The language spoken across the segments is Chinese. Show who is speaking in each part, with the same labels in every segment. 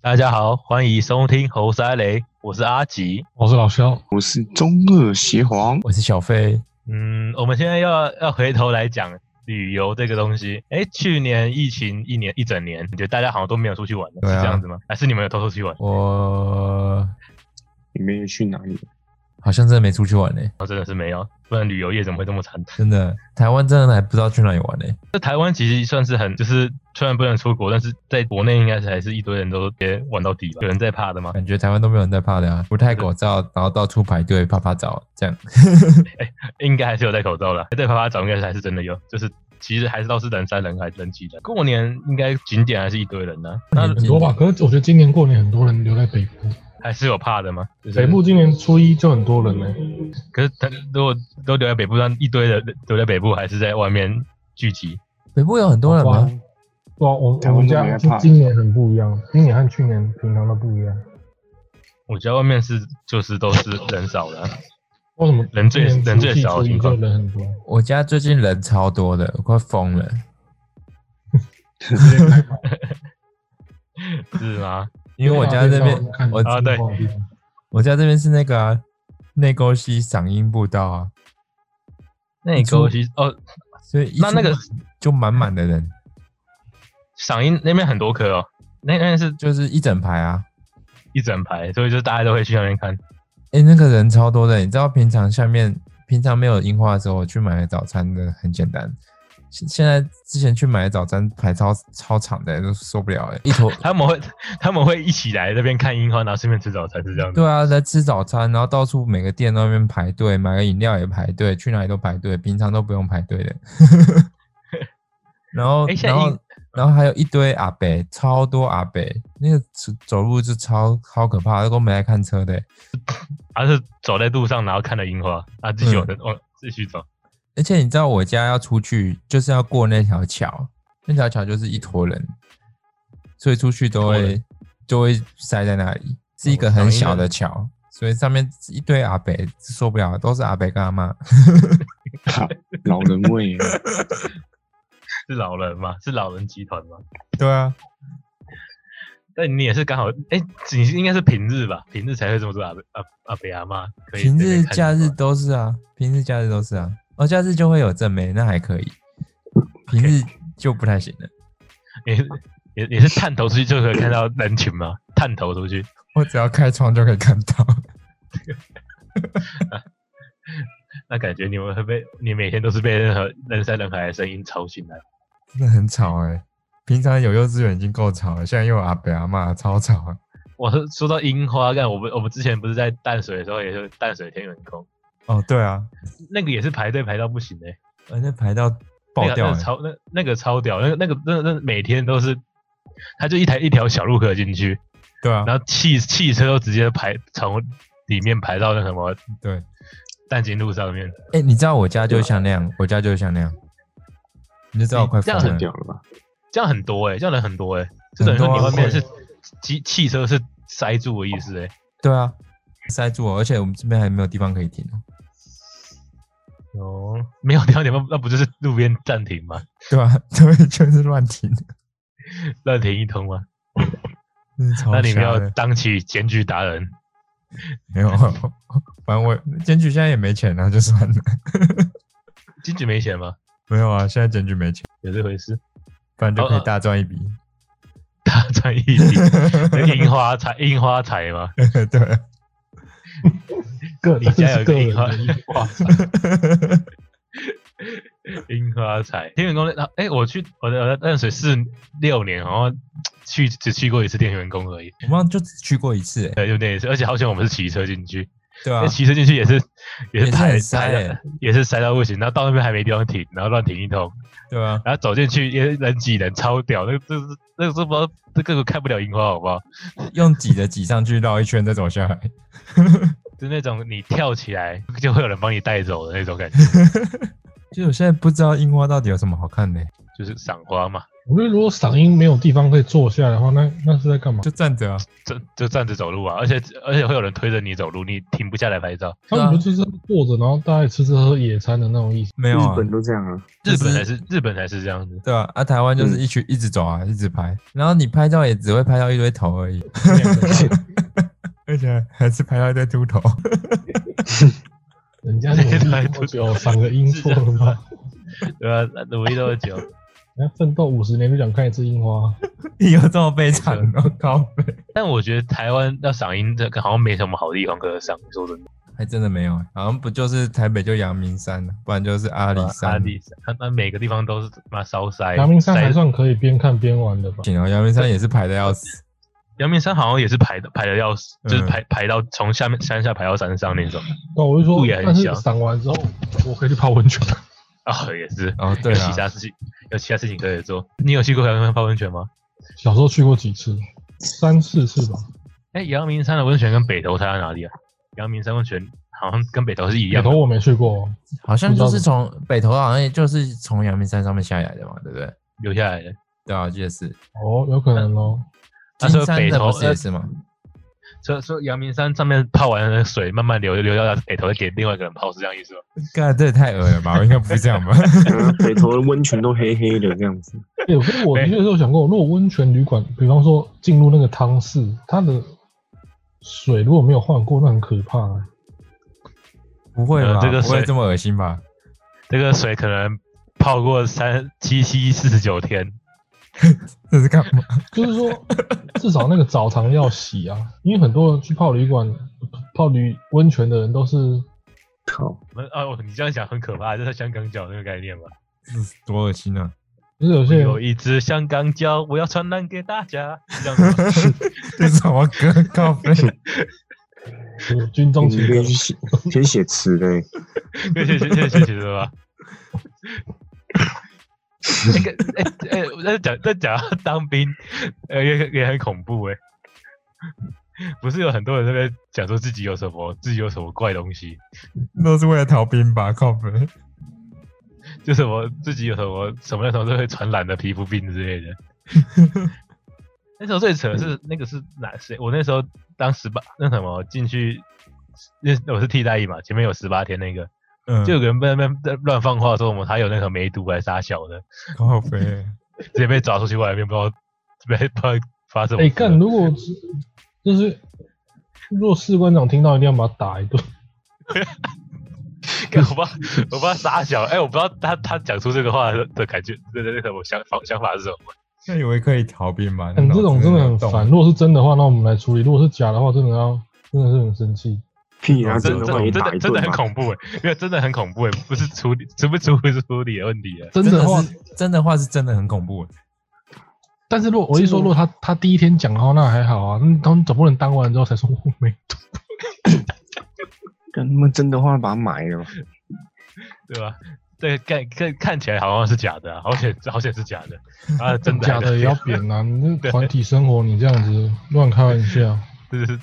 Speaker 1: 大家好，欢迎收听猴塞雷，我是阿吉。
Speaker 2: 我是老肖，
Speaker 3: 我是中二邪皇，
Speaker 4: 我是小飞，
Speaker 1: 嗯，我们现在要要回头来讲旅游这个东西。哎，去年疫情一年一整年，你觉得大家好像都没有出去玩了，
Speaker 4: 对啊
Speaker 1: 是这样子吗？还是你们有偷偷出去玩？
Speaker 4: 我
Speaker 3: 你们有去哪里？
Speaker 4: 好像真的没出去玩呢、
Speaker 1: 我真的是没有，不然旅游业怎么会这么惨？
Speaker 4: 真的，台湾真的还不知道去哪里玩呢、欸
Speaker 1: 这台湾其实算是很，就是虽然不能出国，但是在国内应该是还是一堆人都别玩到底吧？有人在怕的吗？
Speaker 4: 感觉台湾都没有人在怕的啊，不戴口罩，然后到处排队拍拍照，这样
Speaker 1: 应该还是有戴口罩啦，戴啪啪照应该是还是真的有，就是其实还是都是人山人海人挤人。过年应该景点还是一堆人呢、那
Speaker 4: 嗯
Speaker 2: 很多吧？可是我觉得今年过年很多人留在北部，
Speaker 1: 还是有怕的吗？就是
Speaker 2: 北部今年初一就很多人呢、
Speaker 1: 可是他如果都留在北部，那一堆的留在北部，还是在外面聚集，
Speaker 4: 北部有很多人
Speaker 2: 哇
Speaker 4: 吗？
Speaker 2: 哇，我
Speaker 3: 台
Speaker 2: 我
Speaker 3: 湾
Speaker 2: 们
Speaker 3: 都
Speaker 2: 家
Speaker 3: 没在怕
Speaker 2: 今年很不一样，今年和去年平常都不一样。
Speaker 1: 我觉得外面是就是都是人少的啊、
Speaker 2: 为什么
Speaker 1: 人最
Speaker 2: 今年
Speaker 1: 人最
Speaker 2: 除夕
Speaker 1: 少的
Speaker 2: 初一
Speaker 1: 情况
Speaker 2: 就人很多，
Speaker 4: 我家最近人超多的，我快疯了。
Speaker 1: 是吗？
Speaker 4: 因为我家这边，我
Speaker 1: 啊对
Speaker 4: 我家这边是那个啊、内沟溪赏樱步道啊，
Speaker 1: 内沟其实哦，
Speaker 4: 所以一
Speaker 1: 那那个
Speaker 4: 出门就满满的人，
Speaker 1: 赏樱那边很多棵哦，那那边是
Speaker 4: 就是一整排啊。
Speaker 1: 一整排，所以就大家都会去那边看。
Speaker 4: 哎、那个人超多的，你知道平常下面平常没有樱花的时候，我去买早餐的很简单。现现在之前去买早餐排超超长的，都受不了哎、一坨
Speaker 1: 他们会他们会一起来这边看樱花，然后顺便吃早餐，是这样子。
Speaker 4: 对啊，来吃早餐，然后到处每个店那边排队，买个饮料也排队，去哪里都排队，平常都不用排队的。 然后，
Speaker 1: 诶现在
Speaker 4: 然
Speaker 1: 樱
Speaker 4: 后，然后还有一堆阿伯，超多阿伯，那个走走路就超超可怕，都跟我们来看车的欸。
Speaker 1: 还是走在路上，然后看了樱花，啊，继续
Speaker 4: 嗯
Speaker 1: 往往、继续走。
Speaker 4: 而且你知道我家要出去，就是要过那条桥，那条桥就是一坨人，所以出去都
Speaker 1: 一坨哦
Speaker 4: 会都会塞在那里，是一个很小的桥，所以上面一堆阿北受不了，都是阿北跟阿妈。
Speaker 3: 哈，老人味啊耶，
Speaker 1: 是老人吗？是老人集团吗？
Speaker 4: 对啊，
Speaker 1: 但你也是刚好，哎、你是应该是平日吧？平日才会这么做阿伯阿阿北阿妈，可以
Speaker 4: 平
Speaker 1: 在那
Speaker 4: 日
Speaker 1: 边看
Speaker 4: 假
Speaker 1: 樱
Speaker 4: 日
Speaker 1: 花
Speaker 4: 都是啊，平日假日都是啊，哦，假日就会有正妹，那还可以，平日就不太行了。
Speaker 1: 你是也也是探头出去就可以看到人群吗？探头出去，
Speaker 4: 我只要开窗就可以看到，
Speaker 1: 那感觉你们会被你每天都是被任何人山人海的声音吵醒来。
Speaker 4: 真的很吵哎、平常有幼稚园已经够吵了，现在又有阿北阿妈，超吵啊。
Speaker 1: 我说说到樱花，干我们我们之前不是在淡水的时候，也是淡水天元宫，
Speaker 4: 哦，对啊，
Speaker 1: 那个也是排队排到不行哎、
Speaker 4: 而且排到爆掉、
Speaker 1: 那个那个
Speaker 4: 欸，
Speaker 1: 超那那个超屌，那个那个那那每天都是，他就一台一条小路可以进去，
Speaker 4: 对啊，
Speaker 1: 然后汽汽车都直接排从里面排到那什么
Speaker 4: 对，
Speaker 1: 淡金路上面，
Speaker 4: 哎、你知道我家
Speaker 1: 啊
Speaker 4: 就像那样，我家就像那样，你就知道我快疯
Speaker 1: 这样
Speaker 3: 太
Speaker 4: 了。
Speaker 3: 屌了吧？
Speaker 1: 这样很多哎、这样人很多哎、就等于说
Speaker 4: 很
Speaker 1: 你
Speaker 4: 多啊
Speaker 1: 外面是汽汽车是塞住的意思哎、
Speaker 4: 对啊，塞住我，而且我们这边还没有地方可以停哦。
Speaker 1: 哦，没有两点半，那不就是路边暂停吗？
Speaker 4: 对啊， 这边就是乱停，
Speaker 1: 乱停一通吗？
Speaker 4: 真是超
Speaker 1: 那你们
Speaker 4: 瞎欸
Speaker 1: 要
Speaker 4: 的
Speaker 1: 当起检举达人，
Speaker 4: 没有？反正我检举现在也没钱啊，就算了。
Speaker 1: 检举没钱吗？
Speaker 4: 没有啊，现在检举没钱，
Speaker 1: 有这回事？
Speaker 4: 不然就可
Speaker 1: 哦
Speaker 4: 以
Speaker 1: 哦
Speaker 4: 大赚 一笔。
Speaker 1: 大赚一笔，这樱花财，樱花财吗？
Speaker 4: 对，
Speaker 2: 个
Speaker 1: 你家有
Speaker 2: 个
Speaker 1: 个
Speaker 2: 人
Speaker 1: 樱花
Speaker 2: 的，
Speaker 1: 哇塞，樱花彩，天元宫那，哎、我去，我在我在淡水四六年，好像去只去过一次天元宫而已，
Speaker 4: 我们就只去过一次、欸，
Speaker 1: 对，就那一次，而且好险我们是骑车进去，
Speaker 4: 对啊
Speaker 1: 那，骑车进去也是也
Speaker 4: 也
Speaker 1: 是
Speaker 4: 是
Speaker 1: 排
Speaker 4: 很塞
Speaker 1: 排到
Speaker 4: 欸
Speaker 1: 也是塞到不行，然后到那边还没地方停，然后乱停一通，
Speaker 4: 对啊，
Speaker 1: 然后走进去也是人挤人，超屌，那个这是那个是不知道这个看不了樱花好不好？
Speaker 4: 用挤的挤上去绕一圈再走下来。
Speaker 1: 就那种你跳起来就会有人帮你带走的那种感觉。
Speaker 4: 其实我现在不知道樱花到底有什么好看的欸、
Speaker 1: 就是赏花嘛，
Speaker 2: 我觉得如果嗓音没有地方可以坐下的话，那那是在干嘛？
Speaker 4: 就站着啊，
Speaker 1: 就就站着走路啊，而且而且会有人推着你走路，你停不下来拍照。
Speaker 2: 他们不就是坐着，然后大家也吃吃喝野餐的那种意 思？
Speaker 4: 没有啊
Speaker 3: 日，本都这样啊，
Speaker 1: 日
Speaker 4: 就是
Speaker 1: 本才是日本才是这样子，
Speaker 4: 对啊，啊，台湾
Speaker 1: 嗯
Speaker 4: 就是一群一直走啊，一直拍，然后你拍照也只会拍到一堆头而已，而且还是拍到一堆秃头。
Speaker 2: 人家努力多久，赏个樱错了吧？
Speaker 1: 对吧、努力多久？
Speaker 2: 人家哎奋斗五十年就想看一次樱花，
Speaker 4: 你有这么悲惨哦，高飞？
Speaker 1: 但我觉得台湾要赏樱这个好像没什么好地方可赏，说真的。
Speaker 4: 还真的没有欸，好像不就是台北就阳明山，啊不然就是阿里山。
Speaker 1: 哦阿里山，那那每个地方都是妈烧塞。
Speaker 2: 阳明山还
Speaker 1: 塞
Speaker 2: 算可以边看边玩的吧？
Speaker 4: 行哦，阳明山也是排的要死。
Speaker 1: 阳明山好像也是排的排的要死，就是
Speaker 4: 嗯
Speaker 1: 排排到从下面山下排到山上那种。
Speaker 2: 那啊我就说
Speaker 1: 路也，很
Speaker 2: 但是
Speaker 1: 小
Speaker 2: 赏完之后，我可以去泡温泉。
Speaker 1: 啊，也是。
Speaker 4: 哦，对
Speaker 1: 有
Speaker 4: 啊
Speaker 1: 其，他事情，有其他事情可以做。你有去过阳明山泡温泉吗？
Speaker 2: 小时候去过几次，三四次吧。
Speaker 1: 哎、阳明山的温泉跟北投差在哪里啊？阳明山温泉好像跟北投是一
Speaker 2: 北
Speaker 1: 样啊
Speaker 2: 头
Speaker 1: 的。
Speaker 2: 我没去过，哦
Speaker 4: 好像
Speaker 2: 不知道
Speaker 4: 就是从北投，好像也就是从阳明山上面下来的嘛，对不对？
Speaker 1: 留下来的。
Speaker 4: 对啊，我记得是。
Speaker 2: 哦，有可能哦。
Speaker 1: 啊他说
Speaker 4: 金山
Speaker 1: 北
Speaker 4: 的
Speaker 1: 投
Speaker 4: 不是也是吗？
Speaker 1: 所以说阳明山上面泡完的水慢慢流流到北投，再给另外一个人泡，是这样意思吗？
Speaker 4: 干，这也太恶了吧！我应该不是这样吧？
Speaker 3: 嗯北投的温泉都黑黑的这样子，
Speaker 2: 哎，我跟我的确是有想过，如果温泉旅馆，比方说进入那个汤室，它的水如果没有换过，那很可怕、欸。
Speaker 4: 不会吧？
Speaker 1: 呃这个
Speaker 4: 不会
Speaker 1: 水
Speaker 4: 这么恶心吧？
Speaker 1: 这个水可能泡过三七七四十九天，
Speaker 4: 这是干嘛？
Speaker 2: 就是说，至少那个澡堂要洗 啊，因为很多人去泡旅馆、泡旅温泉的人都是
Speaker 3: 靠，
Speaker 1: 我们哦，你这样想很可怕，这是香港脚那个概念吧？
Speaker 4: 这是多恶心啊！
Speaker 2: 就是有
Speaker 1: 我
Speaker 2: 些
Speaker 1: 有
Speaker 2: 人
Speaker 1: 一只香港脚，我要传染给大家，是这样子吗
Speaker 4: 这是什么 歌？高飞，
Speaker 2: 有军中
Speaker 3: 你
Speaker 2: 情
Speaker 3: 可
Speaker 2: 歌
Speaker 3: 以，去写先写词的欸，
Speaker 1: 谢谢谢谢谢谢是吧？哎跟哎哎，我在讲在讲到当兵，呃也也很恐怖哎、不是有很多人在那边讲说自己有什么自己有什么怪东西，
Speaker 4: 都是为了逃兵吧？高飞，
Speaker 1: 就什么自己有什么什么那种都会传染的皮肤病之类的。那时候最扯的是那个是哪谁？我那时候当十八那什么进去，那我是替代役嘛，前面有十八天那个，
Speaker 4: 嗯，
Speaker 1: 就有个人在那边在乱放话说我们他有那个梅毒还是啥小的，
Speaker 4: 高飞。
Speaker 1: 直接被抓出去外面，不知道被不知道发生什么事了。
Speaker 2: 哎干，如果是就是如果士官长听到，一定要把他打一顿。
Speaker 1: 干我不知道我不知道傻小，哎、我不知道他他讲出这个话的的感觉，对对对，什么想法想法是什么？
Speaker 4: 那以为可以逃兵吗？
Speaker 2: 你 这种真的
Speaker 4: 脑
Speaker 2: 很
Speaker 4: 子没有动
Speaker 2: 烦。如果是真的话，那我们来处理；如果是假的话，真的要真的是很生气。
Speaker 3: 屁啊，
Speaker 1: 真
Speaker 3: 真的
Speaker 1: 真
Speaker 3: 万一
Speaker 1: 真
Speaker 3: 打
Speaker 1: 的
Speaker 3: 一
Speaker 1: 真
Speaker 3: 顿
Speaker 1: 的很
Speaker 3: 吧，
Speaker 1: 恐怖哎、没有真的很恐怖哎、不是处理处不处理是处理的问题哎、
Speaker 2: 真
Speaker 4: 真
Speaker 2: 的话
Speaker 4: 的，是真的话是真的很恐怖。
Speaker 2: 但是如果我一说，如果他他第一天讲的话，那还好啊。那他们总不能当完之后才说我没
Speaker 3: 哎干他妈真的话把它埋了吧，
Speaker 1: 对吧？对，看看看起来好像是假的、啊，好险好险是假的啊，真的
Speaker 2: 假的也要扁啊！你这团体生活，你这样子乱开玩笑，
Speaker 1: 这是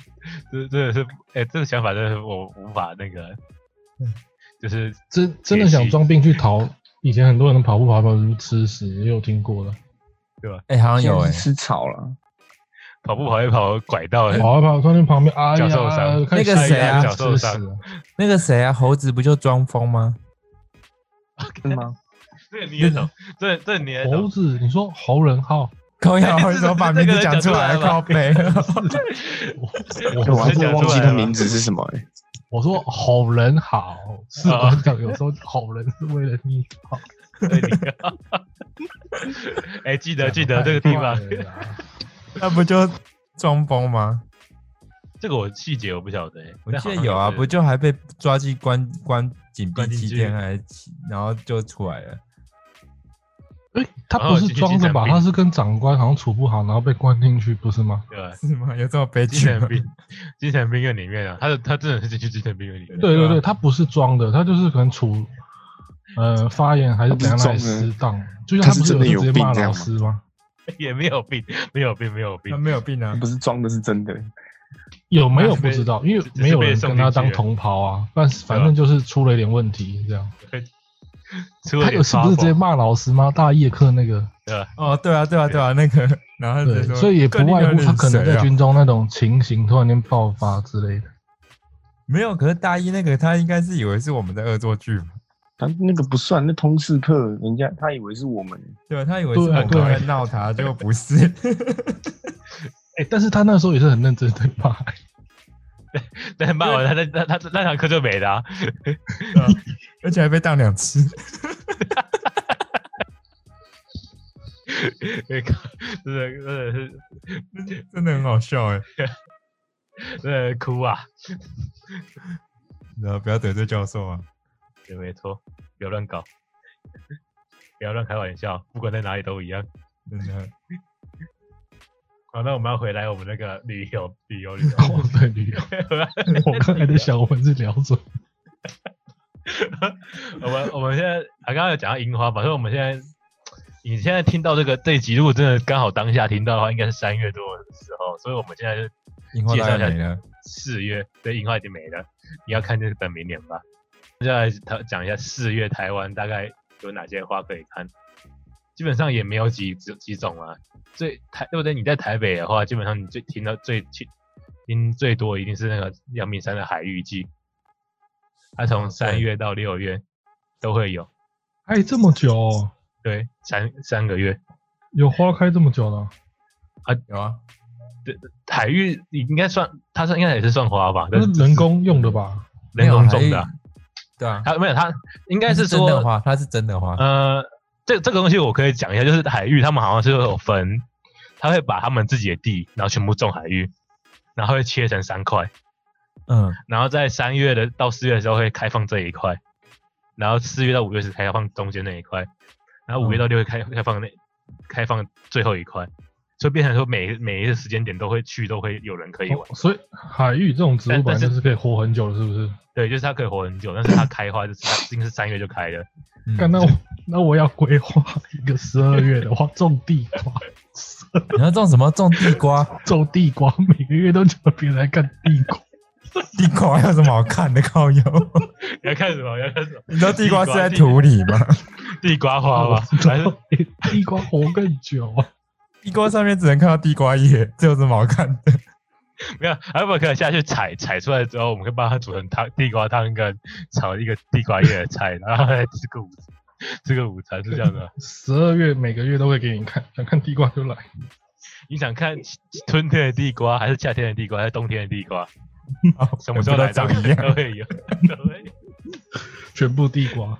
Speaker 1: 这真的是哎、这个想法真的是我无法那个，就是
Speaker 2: 真真的想装病去逃。以前很多人跑步跑跑如吃屎，也有听过的，
Speaker 4: 哎，好像有哎
Speaker 3: 现在是，吃草了，
Speaker 1: 跑步跑一跑拐到了，
Speaker 2: 跑一跑，突然间旁边啊
Speaker 1: 哎脚受
Speaker 2: 呀
Speaker 1: 伤，
Speaker 2: 看
Speaker 4: 那个
Speaker 2: 下一
Speaker 4: 谁啊
Speaker 2: 要
Speaker 1: 脚受
Speaker 2: 吃屎
Speaker 1: 伤
Speaker 2: 啊！
Speaker 4: 那个谁啊，猴子不就装疯吗？
Speaker 3: 是吗？
Speaker 1: 这个你也懂，这这你也
Speaker 2: 猴
Speaker 1: 懂，
Speaker 2: 子，你说猴人号，
Speaker 4: 高
Speaker 1: 哎
Speaker 4: 瑶
Speaker 1: 这
Speaker 4: 为什么把
Speaker 1: 这
Speaker 4: 名
Speaker 1: 个
Speaker 4: 字
Speaker 1: 人
Speaker 4: 讲
Speaker 1: 讲
Speaker 4: 出
Speaker 1: 出
Speaker 4: 来？
Speaker 1: 来了
Speaker 4: 靠背，
Speaker 3: 哎我还
Speaker 1: 真
Speaker 3: 真
Speaker 1: 的
Speaker 3: 的忘
Speaker 1: 出
Speaker 3: 记
Speaker 1: 来
Speaker 3: 他
Speaker 1: 了
Speaker 3: 名字是什么欸，
Speaker 2: 我说吼人好，士
Speaker 1: 啊
Speaker 2: 官长有时候吼人是为了你好。
Speaker 1: 对你 哎、记得记得这个地方，
Speaker 2: 太快了 啦
Speaker 4: 那不就装疯吗？
Speaker 1: 这个我细节我不晓得、哎
Speaker 4: 我
Speaker 1: 但
Speaker 4: 记
Speaker 1: 好
Speaker 4: 得
Speaker 1: 像
Speaker 4: 有啊，
Speaker 1: 是
Speaker 4: 不就还被抓去关关紧闭
Speaker 1: 关进
Speaker 4: 七
Speaker 1: 去
Speaker 4: 天还七，然后就出来了。
Speaker 2: 哎，他不是装着吧？他是跟长官好像处不好，然后被关进去，不是吗？
Speaker 1: 对吧？
Speaker 4: 是吗？有这么悲
Speaker 1: 精
Speaker 4: 剧吗
Speaker 1: 神？病，精神病院里面啊，他的他真的是进去精神病院里面，
Speaker 2: 对
Speaker 4: 对
Speaker 2: 对
Speaker 4: 啊
Speaker 2: 对，他不是装的，他就是可能处，呃，发言还是怎样
Speaker 3: 他不是装的
Speaker 2: 失当，就是
Speaker 3: 他
Speaker 2: 他
Speaker 3: 是
Speaker 2: 不
Speaker 3: 真的
Speaker 2: 有
Speaker 3: 有
Speaker 2: 时候直接
Speaker 3: 病
Speaker 2: 骂
Speaker 3: 这
Speaker 2: 老
Speaker 3: 样吗
Speaker 2: 师吗？
Speaker 1: 也没有病，没有病，没有病
Speaker 4: 他。没有病啊！
Speaker 3: 不是装的，是真的欸，
Speaker 2: 有没有
Speaker 1: 他是
Speaker 2: 不
Speaker 1: 被
Speaker 2: 知道，因为
Speaker 1: 啊只只是
Speaker 2: 没有
Speaker 1: 被
Speaker 2: 人
Speaker 1: 送
Speaker 2: 跟他
Speaker 1: 进去
Speaker 2: 当
Speaker 1: 了
Speaker 2: 同袍啊，但是反
Speaker 1: 对啊
Speaker 2: 正就是出了一点问题这样。
Speaker 1: 出了
Speaker 2: 他
Speaker 1: 点
Speaker 2: 有是
Speaker 1: 发
Speaker 2: 不是直接
Speaker 1: 疯
Speaker 2: 骂老师吗？大夜课那个，
Speaker 1: 对吧？
Speaker 4: 哦，对啊，对啊，对啊，那个，然后就
Speaker 2: 对
Speaker 4: 说，，
Speaker 2: 所以也不
Speaker 4: 干你
Speaker 2: 外
Speaker 4: 娘
Speaker 2: 乎
Speaker 4: 的
Speaker 2: 他可能
Speaker 4: 谁
Speaker 2: 在
Speaker 4: 啊
Speaker 2: 军中那种情形突然间爆发之类的。
Speaker 4: 没有，可是大一那个他应该是以为是我们在恶作剧嘛，
Speaker 3: 他那个不算，那通识课，人家他以为是我们，
Speaker 4: 对吧？他以为是我
Speaker 2: 对啊
Speaker 4: 们
Speaker 2: 对啊
Speaker 4: 在闹他，结果不是。
Speaker 2: 哎、但是他那时候也是很认真在 骂、
Speaker 1: 但骂完他那那他那堂课就没了啊、
Speaker 4: 而且还被当两次。
Speaker 1: 那个 真的真的是
Speaker 4: 真的很好笑哎、
Speaker 1: 真的哭啊！
Speaker 4: 然后不要得罪教授啊！
Speaker 1: 对，没错，不要乱搞，不要乱开玩笑，不管在哪里都一样。
Speaker 4: 真的，
Speaker 1: 好，那我们要回来我们那个旅游旅游旅游。
Speaker 2: 哦，对，旅游。我刚才在想我们是聊什么？
Speaker 1: 我们我们现在啊，刚刚有讲到樱花嘛，所以我们现在你现在听到这个这一集，如果真的刚好当下听到的话，应该是三月多的时候，所以我们现在是
Speaker 4: 樱花大概没了。
Speaker 1: 四月，所以樱花已经没了，你要看就是等明年吧。接下来他讲一下四月台湾大概有哪些花可以看，基本上也没有几几几种啊。最台对不对？你在台北的话，基本上你最听到最去听最多一定是那个阳明山的海芋季，它从三
Speaker 4: 对
Speaker 1: 月到六月都会有。
Speaker 2: 哎，这么久哦、
Speaker 1: 对，三三个月。
Speaker 2: 有花开这么久了？
Speaker 4: 有啊，
Speaker 1: 海域你应该算，它算应该也是算花吧，
Speaker 2: 那
Speaker 1: 但
Speaker 2: 是
Speaker 1: 是
Speaker 2: 人
Speaker 4: 嗯
Speaker 2: 工用的吧？
Speaker 1: 人工种的啊、
Speaker 4: 对啊，
Speaker 1: 它没有它应该是
Speaker 4: 真的
Speaker 1: 说，
Speaker 4: 哦花，它是真的花。
Speaker 1: 呃，这这个东西我可以讲一下，就是海域他们好像是有分，他会把他们自己的地，然后全部种海域，然后会切成三块，
Speaker 4: 嗯，
Speaker 1: 然后在三月的到四月的时候会开放这一块，然后四月到五月是开放中间那一块，然后五月
Speaker 4: 嗯
Speaker 1: 到六月开开放那开放最后一块，所以变成说每每一个时间点都会去都会有人可以玩。
Speaker 2: 哦所以海芋这种植物
Speaker 1: 哎但
Speaker 2: 本来
Speaker 1: 但是
Speaker 2: 就是可以活很久的，是不是？
Speaker 1: 对，就是它可以活很久，但是它开花就是它一定是三月就开的，
Speaker 4: 嗯
Speaker 2: 看那我那我要规划一个十二月的话，种地瓜，
Speaker 4: 你要种什么？种地瓜？
Speaker 2: 种地瓜，每个月都叫别人来看地 瓜。
Speaker 4: 地瓜有什么好看的？靠 腰，
Speaker 1: 你要看什么？你要看什么？
Speaker 4: 你知道地瓜是在
Speaker 1: 地瓜
Speaker 4: 土哦里吗？
Speaker 1: 地瓜花 吧？还是
Speaker 2: 对地瓜活更久啊！
Speaker 4: 地瓜上面只能看到地瓜叶， 这有什么好看 的？
Speaker 1: 没有？还有没有可能下去采采出来之后，我们可以帮它煮成汤，地瓜汤跟炒一个地瓜叶的菜，然后来吃个午吃个午餐是这样 的吗。
Speaker 2: 十二月每个月都会给你看，想看地瓜就来。
Speaker 1: 你想看春天的地瓜，还是夏天的地瓜，还是冬天的地瓜？什么时候
Speaker 4: 都
Speaker 1: 来
Speaker 4: 长
Speaker 1: 都
Speaker 4: 一 样？
Speaker 1: 都会有，都会有
Speaker 2: 全部地瓜，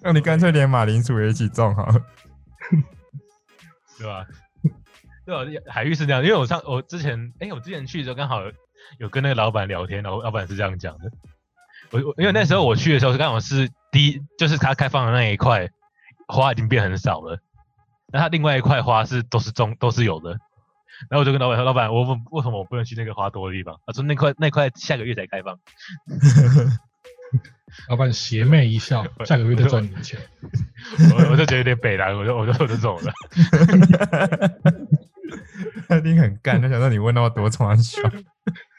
Speaker 4: 那你干脆连马铃薯也一起种好了。
Speaker 1: 对吧？ 对吧？海域是这样，因为我上我之前，哎、我之前去的时候刚好有有跟那个老板聊天，然后老板是这样讲的。我我因为那时候我去的时候，刚好是第一，就是他开放的那一块花已经变很少了，那他另外一块花是都是种都是有的。然后我就跟老板说：“老板，我问为什么我不能去那个花多的地方？”他说：“那块那块下个月才开放。
Speaker 2: 老板邪魅一 笑，下个月再赚你的钱。
Speaker 1: 我”我就觉得有点北蓝，我就我就我就走了。
Speaker 4: 他一定很干，他想说你问到多重要笑。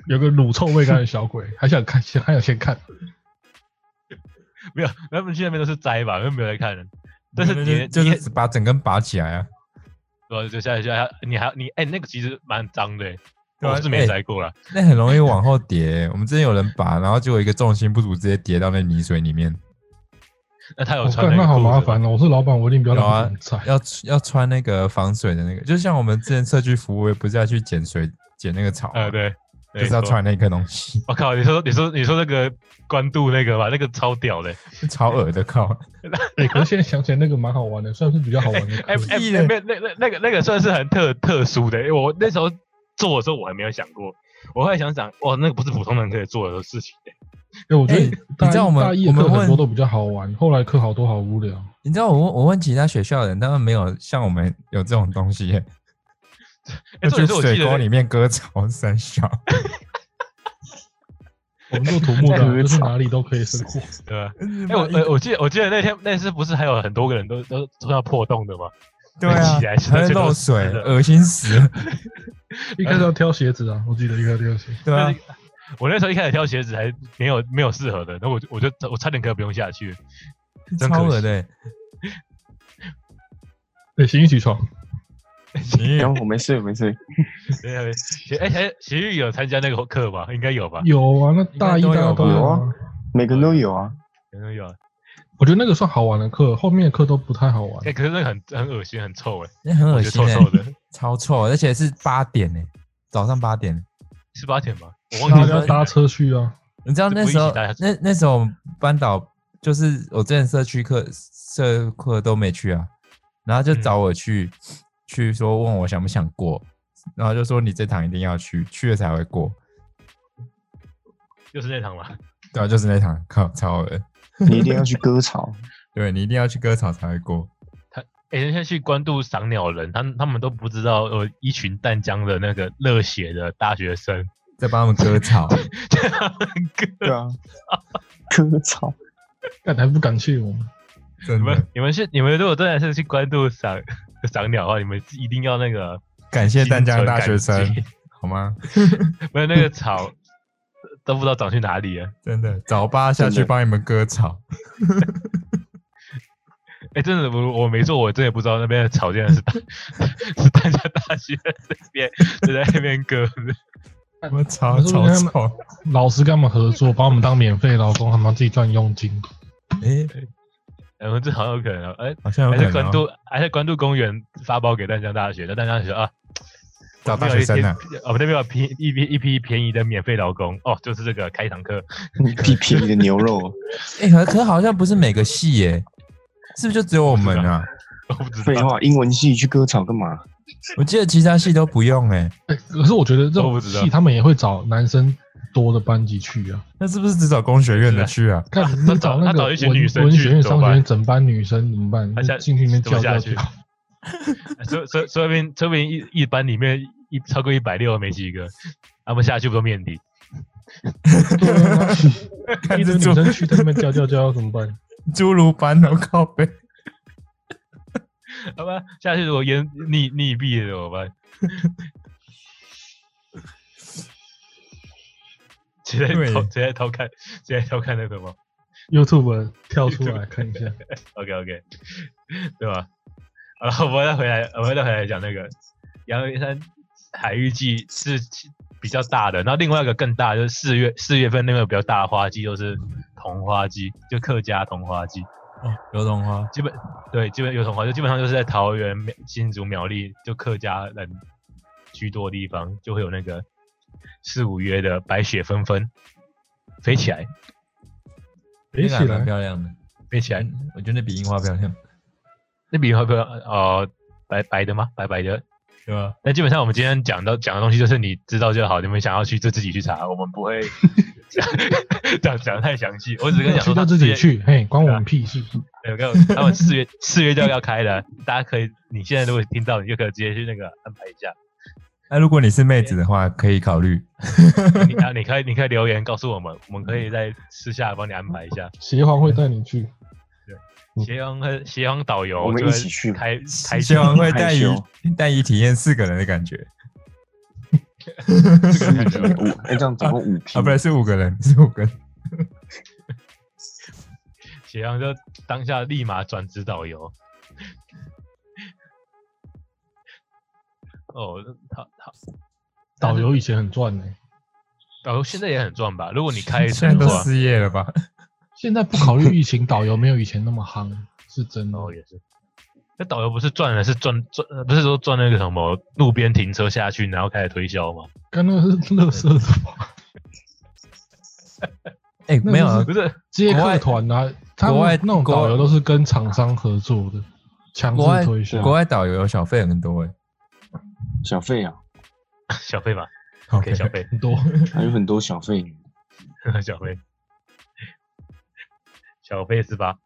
Speaker 2: 有个乳臭未干的小鬼，还想看，先还想先看。
Speaker 1: 没有，他们去那边都是摘吧，因为没有在看人。 但是
Speaker 4: 就
Speaker 1: 你
Speaker 4: 是就
Speaker 1: 你
Speaker 4: 是把整根拔 起来啊，
Speaker 1: 对，就下一下，你还你哎、那个其实蛮脏的欸、
Speaker 4: 对啊
Speaker 1: 我是没
Speaker 4: 哎
Speaker 1: 摘过啦。
Speaker 4: 那很容易往后跌。我们之前有人拔，然后结果一个重心不足，直接跌到那泥水里面。
Speaker 1: 那他
Speaker 4: 哦
Speaker 1: 有
Speaker 2: 我
Speaker 1: 穿
Speaker 2: 看
Speaker 1: 那个
Speaker 2: 那好
Speaker 1: 裤子
Speaker 2: 麻
Speaker 1: 吗
Speaker 2: 烦哦，我是老板，我一定不要让他们踩。
Speaker 4: 要要穿那个防水的那个，就像我们之前社区服务也不是要去捡水捡那个草吗，
Speaker 1: 啊，对，对
Speaker 4: 就是要。
Speaker 1: 没错
Speaker 4: 穿那个东西，
Speaker 1: 我靠，你说你说你说那个官渡那个吧，那个超屌的欸、
Speaker 4: 超恶的靠！
Speaker 2: 哎，可是现在想起来那个蛮好玩的，算是比较好玩 的
Speaker 1: 哎
Speaker 2: 课。
Speaker 1: 哎
Speaker 4: 屁
Speaker 1: 哎
Speaker 4: 嘞
Speaker 1: 没有那那那个那个算是很特特殊的欸、我那时候做的时候我还没有想过，我后来想想，哇，那个不是普通人可以做的事情欸、
Speaker 2: 哎，我觉
Speaker 4: 哎
Speaker 2: 得大
Speaker 4: 你知道我们
Speaker 2: 大一的课很多都比较好玩，后来课好多好无聊。
Speaker 4: 你知道我问我问其他学校的人，他们没有像我们有这种东西耶，
Speaker 1: 哎、重
Speaker 4: 就
Speaker 1: 点是我
Speaker 4: 去
Speaker 1: 记
Speaker 4: 水
Speaker 1: 得
Speaker 4: 沟
Speaker 1: 那
Speaker 4: 里面割草三小，
Speaker 2: 我们做土 木
Speaker 3: 哎
Speaker 2: 的，就是哪里都可以生活。
Speaker 1: 对吧？
Speaker 4: 哎
Speaker 1: 哎、我我我记得我记得那天那次不是还有很多个人都都都要破洞的吗？
Speaker 4: 对啊
Speaker 1: 起来，是
Speaker 4: 还会
Speaker 1: 全都
Speaker 4: 漏
Speaker 1: 是湿
Speaker 4: 水，
Speaker 1: 的
Speaker 4: 恶心死了，
Speaker 2: 一开始要挑鞋子啊，我记得一开始要挑鞋。
Speaker 4: 对啊
Speaker 1: 但，是我那时候一开始挑鞋子还没有没有适合的，然后我就我就我差点可以不用下去。真可
Speaker 4: 超恶
Speaker 1: 惜哎
Speaker 4: 的欸。
Speaker 2: 对，行一起床，
Speaker 3: 然后我没睡，我没睡。
Speaker 1: 对，学 哎学学玉有参加那个课吧？应该有吧？
Speaker 2: 有啊，那大一
Speaker 4: 应
Speaker 2: 大
Speaker 4: 该都有
Speaker 2: 家都
Speaker 3: 吧有啊
Speaker 2: 啊。
Speaker 3: 每个人都有啊，
Speaker 1: 有没有？
Speaker 2: 我觉得那个算好玩的课，后面的课都不太好玩。
Speaker 1: 哎，可是那个很很恶心，很臭哎，
Speaker 4: 那很
Speaker 1: 我
Speaker 4: 恶
Speaker 1: 觉得臭
Speaker 4: 心欸，
Speaker 1: 臭 的，
Speaker 4: 超臭，而且是八点呢、早上八点。
Speaker 1: 是八 点吧？我
Speaker 2: 大
Speaker 1: 忘
Speaker 2: 家
Speaker 1: 记
Speaker 2: 要
Speaker 1: 了
Speaker 2: 搭车去啊，
Speaker 4: 你知道
Speaker 1: 这
Speaker 4: 那
Speaker 1: 不
Speaker 4: 时
Speaker 1: 一
Speaker 4: 候
Speaker 1: 起搭下去
Speaker 4: 那那时候我们班导就是我之前社区课社课都没去啊，然后就
Speaker 1: 嗯
Speaker 4: 找我去、去说问我想不想过，然后就说你这堂一定要去，去了才会过。
Speaker 1: 就是那堂吧。
Speaker 4: 对啊，就是那堂，靠，超恶。
Speaker 3: 你一定要去割草。
Speaker 4: 对你一定要去割草才会过。
Speaker 1: 哎，人家去关渡赏鸟人，他们他们都不知道，呃，一群淡江的那个热血的大学生，
Speaker 4: 再帮他们割 草，
Speaker 3: 对 啊，割草。
Speaker 2: 干还不感谢我们。
Speaker 4: 真
Speaker 1: 你们
Speaker 4: 的
Speaker 1: 你们去你们如果真的是去关渡赏 赏鸟的话，你们一定要那个
Speaker 4: 感谢淡江大
Speaker 1: 心
Speaker 4: 学
Speaker 1: 存感
Speaker 4: 生
Speaker 1: 激，
Speaker 4: 好吗？
Speaker 1: 没有那个草 都不知道长去哪里了。
Speaker 4: 真的，早八下
Speaker 3: 真
Speaker 4: 去
Speaker 3: 的
Speaker 4: 帮你们割草，
Speaker 1: 哎、真的，我我没做，我真的不知道那边的草竟然是大 是大家大学那边就在那边割，
Speaker 4: 我们草
Speaker 2: 哎是不
Speaker 4: 草
Speaker 2: 是他们
Speaker 4: 草。
Speaker 2: 老师跟他们合作，把我们当免费劳工，他们自己赚佣金。
Speaker 4: 诶，
Speaker 1: 然后这好像有可能哦，哎、
Speaker 4: 好像有
Speaker 1: 还
Speaker 4: 可
Speaker 1: 是
Speaker 4: 能
Speaker 1: 关
Speaker 4: 哦
Speaker 1: 渡，还是关渡公园发包给淡江大学，那淡江大学啊，
Speaker 4: 找
Speaker 1: 我们
Speaker 4: 大
Speaker 1: 有
Speaker 4: 学
Speaker 1: 一哦
Speaker 4: 生啊
Speaker 1: 天
Speaker 4: 呢。
Speaker 1: 我们那边有便一批一批便宜的免费劳工，哦，就是这个开一堂课，
Speaker 3: 你比便宜的牛肉，
Speaker 4: 哎、可可好像不是每个系耶、是不是就只有我们啊？
Speaker 1: 我不知
Speaker 3: 废
Speaker 1: 道，
Speaker 3: 话，英文系去割草干嘛？
Speaker 4: 我记得其他系都不用哎、
Speaker 2: 哎，可是我觉得这
Speaker 1: 我
Speaker 2: 种
Speaker 1: 不知道
Speaker 2: 戏他们也会找男生多的班级去啊。
Speaker 4: 那是不是只找工学院的去啊？
Speaker 2: 看
Speaker 1: 啊
Speaker 2: 你们
Speaker 1: 他找
Speaker 2: 找那
Speaker 1: 他
Speaker 2: 个
Speaker 1: 找一群
Speaker 2: 文
Speaker 1: 女生
Speaker 2: 文
Speaker 1: 去
Speaker 2: 学院、
Speaker 1: 怎么
Speaker 2: 商学
Speaker 1: 办
Speaker 2: 院整班女生怎么办？
Speaker 1: 他
Speaker 2: 就
Speaker 1: 下
Speaker 2: 进去里面
Speaker 1: 怎么
Speaker 2: 叫
Speaker 1: 下
Speaker 2: 叫
Speaker 1: 去
Speaker 2: 叫。
Speaker 1: 说说说明说明一一班里面一超过一百六没几个，他们下去不都面的？
Speaker 2: 对啊
Speaker 4: 看
Speaker 2: 一堆
Speaker 4: 这
Speaker 2: 女
Speaker 4: 侏
Speaker 2: 生去在那边叫叫叫怎么办？
Speaker 4: 侏儒班哦，靠背，
Speaker 1: 好吧，下去如果淹溺溺毙了怎么办？ 直接
Speaker 4: 对
Speaker 1: 偷直接偷看，直接偷看那个吗
Speaker 2: YouTube 跳出来看一 下。
Speaker 1: ？OK OK，对吧？好了，我们再回来，我们再回来讲那个阳明山海域季是比较大的，然后另外一个更大的就是四月四月份那个比较大的花季就是桐花季，就客家桐花季。
Speaker 4: 哦，刘荣花，
Speaker 1: 基本对，基本有桐花，就基本上就是在桃园、苗新竹、苗栗，就客家人居多的地方，就会有那个四五月的白雪纷纷飞起来，
Speaker 2: 别哎起
Speaker 4: 那个还蛮
Speaker 2: 来，
Speaker 4: 漂亮的，
Speaker 1: 飞起来。
Speaker 4: 嗯我觉得那比樱花漂亮，
Speaker 1: 那比会不会呃白白的吗？白白的。
Speaker 4: 对吧？
Speaker 1: 但基本上我们今天讲到讲的东西，就是你知道就好，你们想要去就自己去查，我们不 会讲讲太详细。我只是跟你讲
Speaker 2: 去
Speaker 1: 说，
Speaker 2: 就自己。去，嘿，关我
Speaker 1: 啊
Speaker 2: 们屁事。
Speaker 1: 有没有？他们四月四月就要开了，大家可以，你现在如果听到，你就可以直接去那个安排一下。
Speaker 4: 那如果你是妹子的话，可以考虑。
Speaker 1: 你啊，你可以，你可以留言告诉我们，我们可以在私下帮你安排一下。
Speaker 2: 协皇会带你去，嗯
Speaker 1: 协航和协航导游，
Speaker 3: 我们
Speaker 1: 就会
Speaker 3: 一起去
Speaker 1: 开开
Speaker 4: 希望会
Speaker 3: 害
Speaker 4: 带
Speaker 3: 羞
Speaker 4: 你带你体验四个人的感觉
Speaker 3: 十一瓶五，哎，这样总共五
Speaker 4: 啊，
Speaker 3: 瓶
Speaker 4: 不。是是五个人，是五个人。
Speaker 1: 协航就当下立马转职导游。哦，他他
Speaker 2: 导游以前很赚呢、
Speaker 1: 导游现在也很赚吧？如果你 开
Speaker 4: 现在
Speaker 1: 船
Speaker 4: 都
Speaker 1: 的话，
Speaker 4: 失业了吧？
Speaker 2: 现在不考 虑疫情，导游没有以前那么夯，是真的。
Speaker 1: 哦也是。那导游不是赚了，是赚赚，呃不是说赚那个什么路边停车下去，然后开始推销吗？
Speaker 2: 刚那个是乐色的吧？
Speaker 4: 哎、
Speaker 2: 那
Speaker 4: 没有
Speaker 2: 就
Speaker 4: 啊，
Speaker 1: 不是，
Speaker 2: 接客团啊，他
Speaker 4: 国外
Speaker 2: 们那种导游都是跟厂商合作的，强
Speaker 4: 国外
Speaker 2: 制推销。
Speaker 4: 国外导游小费很多哎、
Speaker 3: 小费啊，
Speaker 1: 小费嘛，
Speaker 4: 好
Speaker 1: 给小费。
Speaker 2: 很多，
Speaker 3: 还有很多小费。
Speaker 1: 小飞， 小飞是吧？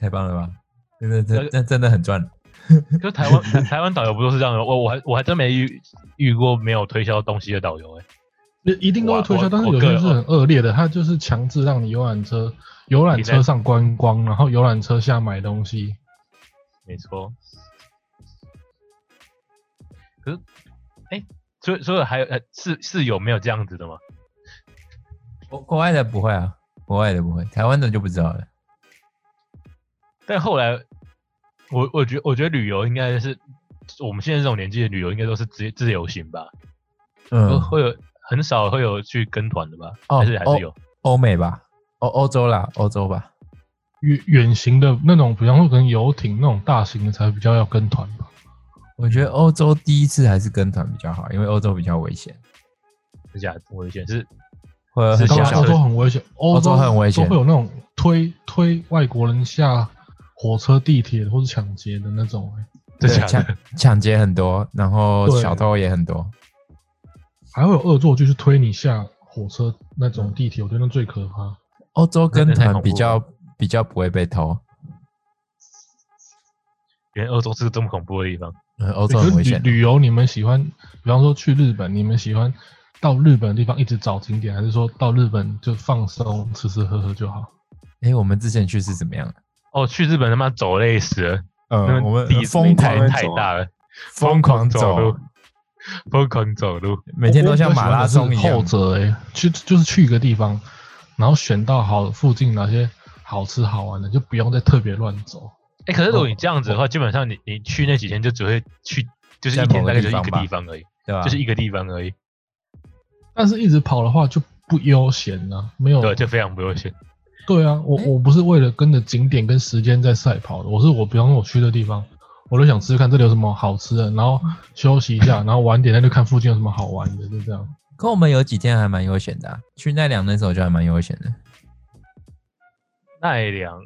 Speaker 4: 太棒了吧？真的，这
Speaker 1: 那
Speaker 4: 那真的很赚。
Speaker 1: 可是台湾台台湾导游不都是这样的？我我还我还真没遇遇过没有推销东西的导游哎、
Speaker 2: 一定都会推
Speaker 1: 我
Speaker 2: 销，但是
Speaker 1: 我
Speaker 2: 有些
Speaker 1: 个人
Speaker 2: 是很恶劣的，他就是强制让你游览车游览车上观光，然后游览车下买东西。
Speaker 1: 没错。可是，哎、所以所以还有呃是是有没有这样子的吗？
Speaker 4: 国国外的不会啊，国外的不会，台湾的就不知道了。
Speaker 1: 但后来我我觉我觉得旅游应该是我们现在这种年纪的旅游应该都是自自由行吧，会
Speaker 4: 嗯，
Speaker 1: 会有很少会有去跟团的吧？
Speaker 4: 哦
Speaker 1: 还是还
Speaker 4: 哦
Speaker 1: 是有。
Speaker 4: 欧美吧，欧欧洲啦，欧洲吧，
Speaker 2: 远远行的那种，比方说可能游艇那种大型的才比较要跟团吧。
Speaker 4: 我觉得欧洲第一次还是跟团比较好，因为欧洲比较危险，
Speaker 1: 是假的，我以前是
Speaker 4: 会有
Speaker 1: 是
Speaker 4: 很
Speaker 1: 小
Speaker 2: 当
Speaker 4: 小
Speaker 2: 然
Speaker 1: 小
Speaker 2: 欧洲很危险，欧
Speaker 4: 洲哦很危险
Speaker 2: 都会有那种推推外国人下火车、地铁或是抢劫的那种、欸
Speaker 1: 这
Speaker 4: 对
Speaker 1: 假
Speaker 4: 抢
Speaker 1: 的，
Speaker 4: 抢劫很多，然后
Speaker 2: 对
Speaker 4: 小偷也很多。
Speaker 2: 还会有恶作剧，就是推你下火车那种地铁，我觉得那最可怕。
Speaker 4: 欧洲跟
Speaker 1: 那太
Speaker 4: 团
Speaker 1: 恐
Speaker 4: 比
Speaker 1: 怖
Speaker 4: 较
Speaker 1: 了
Speaker 4: 比较不会被偷，
Speaker 1: 原来欧洲是这么恐怖的地方。
Speaker 4: 嗯，欧洲
Speaker 2: 可
Speaker 4: 很
Speaker 2: 欸是
Speaker 4: 危
Speaker 2: 旅
Speaker 4: 险。
Speaker 2: 旅游，你们喜欢，比方说去日本，你们喜欢到日本的地方一直找景点，还是说到日本就放松、吃吃喝喝就好？
Speaker 4: 哎、我们之前去是怎么样？
Speaker 1: 哦，去日本他妈走累死了，
Speaker 4: 呃，我们
Speaker 1: 底子
Speaker 4: 疯狂啊
Speaker 3: 地
Speaker 1: 太大了，
Speaker 4: 疯狂走啊
Speaker 1: 路
Speaker 4: 路，，
Speaker 1: 疯狂走路。
Speaker 4: 每天都像马拉松一
Speaker 2: 我
Speaker 4: 样
Speaker 2: 比较。喜欢的是后者哎、去就是去一个地方，然后选到好附近哪些好吃好玩的，就不用再特别乱走。
Speaker 1: 哎、可是
Speaker 4: 嗯
Speaker 1: 如果你这样子的话，基本上你你去那几天就只会去，就是
Speaker 4: 在
Speaker 1: 一天
Speaker 4: 某个
Speaker 1: 大概就是一
Speaker 4: 地
Speaker 1: 个
Speaker 4: 方吧啊
Speaker 1: 地方而已，
Speaker 4: 对吧？
Speaker 1: 就是一个地方而已，
Speaker 2: 但是一直跑的话就不悠闲了、没
Speaker 4: 哦
Speaker 2: 有
Speaker 1: 对，就非常不悠闲。
Speaker 2: 对啊，我
Speaker 4: 诶
Speaker 2: 我不是为了跟着景点跟时间在赛跑的，我是我比方说我去的地方，我就想吃吃看这里有什么好吃的，然后休息一 下，然后晚点再去看附近有什么好玩的，就这样。
Speaker 4: 可我们有几天还蛮悠闲的、啊，去奈良那时候就还蛮悠闲的。
Speaker 1: 奈良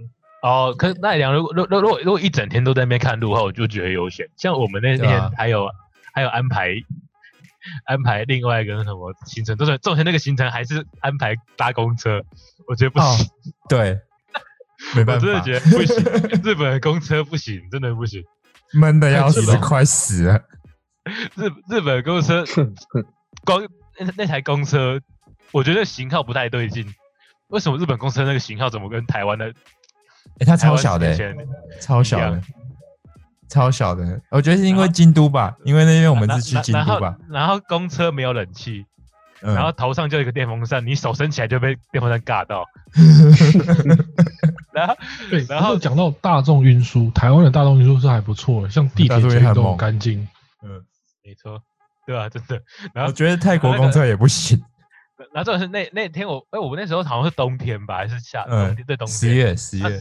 Speaker 1: 哦，可是奈良如果如如如果如果一整天都在那边看路后，我就觉得悠闲。像我们那
Speaker 4: 对啊
Speaker 1: 天还有、还有安排安排另外一个什么行程，就是重点那个行程还是安排搭公车，我觉得不行，
Speaker 4: 对，哦没
Speaker 1: 我
Speaker 4: 办
Speaker 1: 真的
Speaker 4: 法，
Speaker 1: 觉得不行，日本的公车不行，真的不行。
Speaker 4: 闷的要
Speaker 2: 太
Speaker 4: 死
Speaker 2: 刺，了
Speaker 4: 快死了。
Speaker 1: 日日本的公 车
Speaker 3: 哼哼
Speaker 1: 光那那台公车，我觉得型号不太对劲。为什么日本公车那个型号怎么跟台湾的
Speaker 4: 哎、它
Speaker 1: 台
Speaker 4: 超
Speaker 1: 湾
Speaker 4: 小的、
Speaker 1: 以
Speaker 4: 欸，
Speaker 1: 前
Speaker 4: 超小
Speaker 1: 一
Speaker 4: 的
Speaker 1: 样，
Speaker 4: 超小的。我觉得是因为京都吧，因为那边我们是去京
Speaker 1: 然
Speaker 4: 都
Speaker 1: 后
Speaker 4: 吧。
Speaker 1: 然后公车没有冷气，
Speaker 4: 嗯
Speaker 1: 然后头上就有一个电风扇，你手伸起来就被电风扇尬到。然后
Speaker 2: 对，
Speaker 1: 然后
Speaker 2: 不过讲到大众运输，台湾的大众运输是还不错的，像 地
Speaker 4: 大
Speaker 2: 铁、
Speaker 4: 众
Speaker 2: 捷
Speaker 4: 运
Speaker 2: 运
Speaker 4: 很
Speaker 2: 都
Speaker 4: 猛
Speaker 2: 很干净。
Speaker 1: 没错，对啊，真的。然
Speaker 4: 嗯我
Speaker 1: 后
Speaker 4: 觉得泰国
Speaker 1: 然后那
Speaker 4: 公
Speaker 1: 个
Speaker 4: 车也不行。
Speaker 1: 然后重点是那那天我哎、我们那时候好像是冬天吧，还是夏
Speaker 4: 嗯
Speaker 1: 冬天？对，冬
Speaker 4: 十
Speaker 1: 天。
Speaker 4: 月，十
Speaker 1: 那
Speaker 4: 月，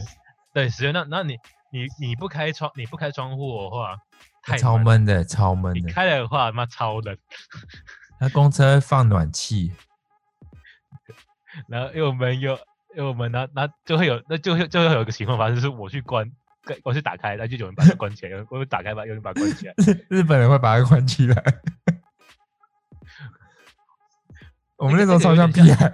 Speaker 1: 对十月，那那你你你不开窗你不开窗户的话，太
Speaker 4: 超
Speaker 1: 暖了
Speaker 4: 闷的，超闷
Speaker 1: 你
Speaker 4: 的。
Speaker 1: 开了的话，妈超冷。
Speaker 4: 它公车放暖气，
Speaker 1: 然后因为我们有，因为我们那那就会有，那就会就会有一个情况发生，就是我去关，跟我去打开，然后就有人把它关起来，有人我打开把有人把它关起来，
Speaker 4: 日本人会把它关起来。 我们那时候超像屁孩，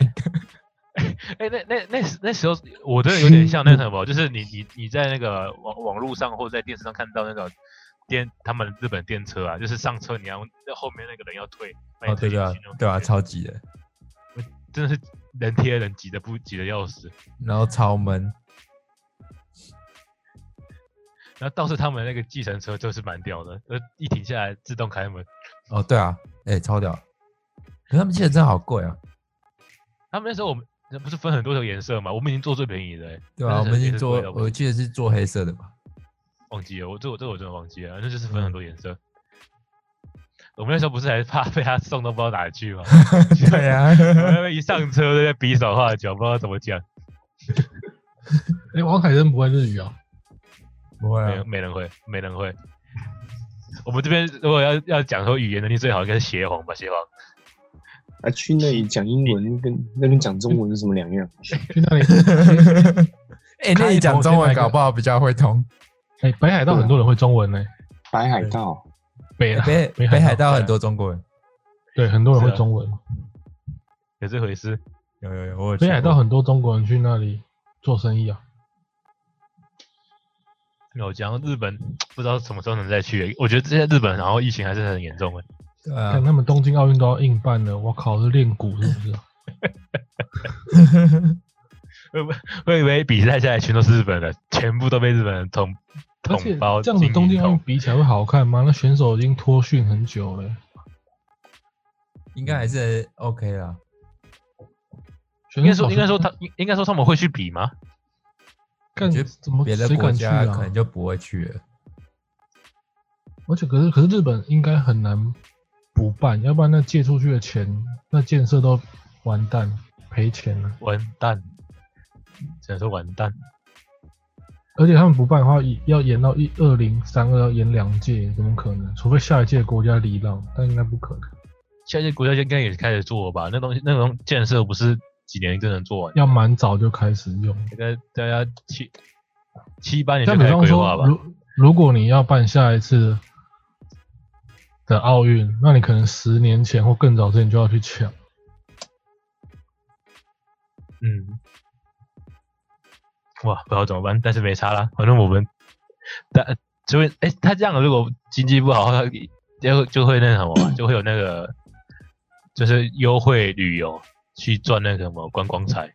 Speaker 1: 哎、那那那时那时候我真的有点像那什么，就是你你你在那个网网络上或者在电视上看到那种电他们日本电车啊，就是上车你要那后面那个人要退，把
Speaker 4: 哦
Speaker 1: 你推
Speaker 4: 对
Speaker 1: 进
Speaker 4: 对啊
Speaker 1: 去那种
Speaker 4: 对啊，
Speaker 1: 感觉
Speaker 4: 超级的，
Speaker 1: 真的是人贴人，挤得不挤得要死。
Speaker 4: 然后超闷，
Speaker 1: 然后倒是他们那个计程车就是蛮屌的，呃，一停下来自动开门。
Speaker 4: 哦对啊，哎超屌，可他们记得真的好贵啊，
Speaker 1: 他们那时候我们那不是分很多种颜色嘛，我们已经做最便宜的、欸，
Speaker 4: 对啊，
Speaker 1: 但
Speaker 4: 我
Speaker 1: 是
Speaker 4: 们
Speaker 1: 也
Speaker 4: 是
Speaker 1: 是
Speaker 4: 做
Speaker 1: 贵的，我
Speaker 4: 我记得是做黑色的吧，
Speaker 1: 忘记了，我这我这我真的忘记了，那就是分
Speaker 4: 嗯
Speaker 1: 很多颜色。我们那时候不是还怕被他送到不知道哪里去吗？
Speaker 4: 对啊，
Speaker 1: 我们那边一上车都在比手画脚，不知道怎么讲，
Speaker 2: 哎、王凯真不会日语啊？
Speaker 4: 不会
Speaker 1: 没
Speaker 4: 啊
Speaker 1: 人，没人会，没人会。我们这边如果要要讲说语言能力最好，应该是邪皇吧？邪皇，
Speaker 3: 啊，去那里讲英文跟那边讲中文是什么两 样？
Speaker 2: 去那 里？
Speaker 4: 哎那你讲中文搞不好比较会通，
Speaker 2: 哎、北海道很多人会中文呢、
Speaker 3: 北海道
Speaker 2: 北
Speaker 4: 哎北
Speaker 2: 北
Speaker 4: 北海
Speaker 2: 海
Speaker 4: 道很
Speaker 2: 多
Speaker 4: 多中国人，
Speaker 2: 对很多人
Speaker 1: 是
Speaker 2: 会
Speaker 1: 啊
Speaker 2: 中文，
Speaker 1: 有这回事？
Speaker 4: 有有有，我有去
Speaker 2: 北海
Speaker 4: 过
Speaker 2: 道很多中国人去那里做生意啊。
Speaker 1: 那我讲日本，不知道什么时候能再去欸。我觉得现在日本，然后疫情还是很严重的。
Speaker 4: 对啊
Speaker 2: 看，他们东京奥运都要硬办了，我靠，是练鼓是不 是啊？
Speaker 1: 我以为比赛下来全都是日本人，全部都被日本人捅
Speaker 2: 而且
Speaker 1: 捅包
Speaker 2: 这
Speaker 1: 进去
Speaker 2: 样子
Speaker 1: 捅。
Speaker 2: 东京奥运比起来会好看吗？那选手已经脱训很久了，
Speaker 4: 应该还是 OK 啦，
Speaker 2: 选
Speaker 1: 应该
Speaker 2: 手
Speaker 1: 说，
Speaker 2: 是
Speaker 1: 应该说他应应该说他们会去比吗？
Speaker 2: 看
Speaker 4: 觉得
Speaker 2: 怎么
Speaker 4: 别的
Speaker 2: 谁
Speaker 4: 国
Speaker 2: 敢去
Speaker 4: 家
Speaker 2: 啊？
Speaker 4: 可能就不会去了。
Speaker 2: 而且可是可是日本应该很难不办，要不然那借出去的钱，那建设都完蛋赔钱了。
Speaker 1: 完蛋，只能说完蛋。
Speaker 2: 而且他们不办的话，一要延到一二零三二，要延两届，怎么可能？除非下一届国家礼让，但应该不可能。
Speaker 1: 现在国家应该也开始做了吧？那东西那种建设不是几年就能做完？
Speaker 2: 要蛮早就开始用。
Speaker 1: 大概大家七七八年就
Speaker 2: 像
Speaker 1: 开
Speaker 2: 比
Speaker 1: 始
Speaker 2: 方
Speaker 1: 规划
Speaker 2: 说，
Speaker 1: 吧。
Speaker 2: 如如果你要办下一次的奥运，那你可能十年前或更早之前就要去抢。
Speaker 1: 嗯，哇，不知道怎么办，但是没差啦，反正我们但就会哎、他这样如果经济不好，他就就会那什么嘛， 就会有那个就是优惠旅游去赚那个什么观光财，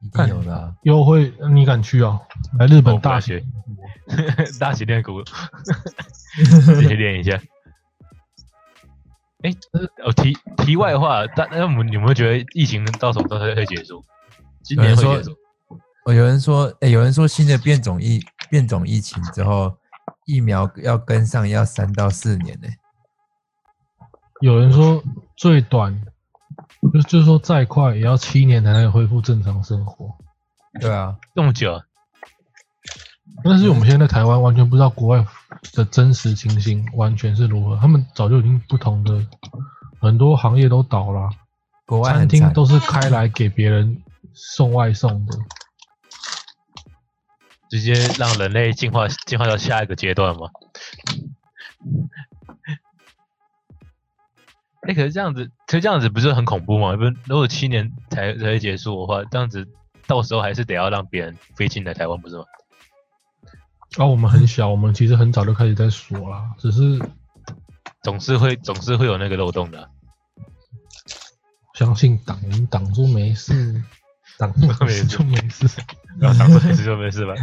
Speaker 4: 一定
Speaker 2: 看
Speaker 4: 有的啊、
Speaker 2: 优惠，你敢去哦？来日本
Speaker 1: 哦我不
Speaker 2: 大
Speaker 1: 敢
Speaker 2: 学
Speaker 1: 去， 大起练鼓，自己练一下。哎、哦，题题外话，但那我们有没有觉得疫情到什么时候才会结束？今
Speaker 4: 有
Speaker 1: 年
Speaker 4: 人
Speaker 1: 会
Speaker 4: 说
Speaker 1: 结束？，
Speaker 4: 哦，有人说，哎、有人说新的变种疫变种疫情之后，疫苗要跟上要三到四年呢、
Speaker 2: 有人说最短，就就是说再快也要七年才能恢复正常生活。
Speaker 4: 对啊，
Speaker 1: 这么久啊？
Speaker 2: 但是我们现在在台湾完全不知道国外的真实情形完全是如何，他们早就已经不同的，很多行业都倒了啊、
Speaker 4: 国外
Speaker 2: 餐
Speaker 4: 很
Speaker 2: 厅
Speaker 4: 惨，
Speaker 2: 都是开来给别人送外送的。
Speaker 1: 直接让人类进化进化到下一个阶段吗？ 哎、可是这样子，可是这样子不是很恐怖吗？不是，如果七年才才会结束的话，这样子到时候还是得要让别人飞进来台湾，不是吗？
Speaker 2: 啊，我们很小，我们其实很早就开始在说啦，只是
Speaker 1: 总是会总是会有那个漏洞的啊、
Speaker 2: 相信挡，我们挡住没事， 挡住没事就没事。
Speaker 1: 然后当 做没事就没事吧。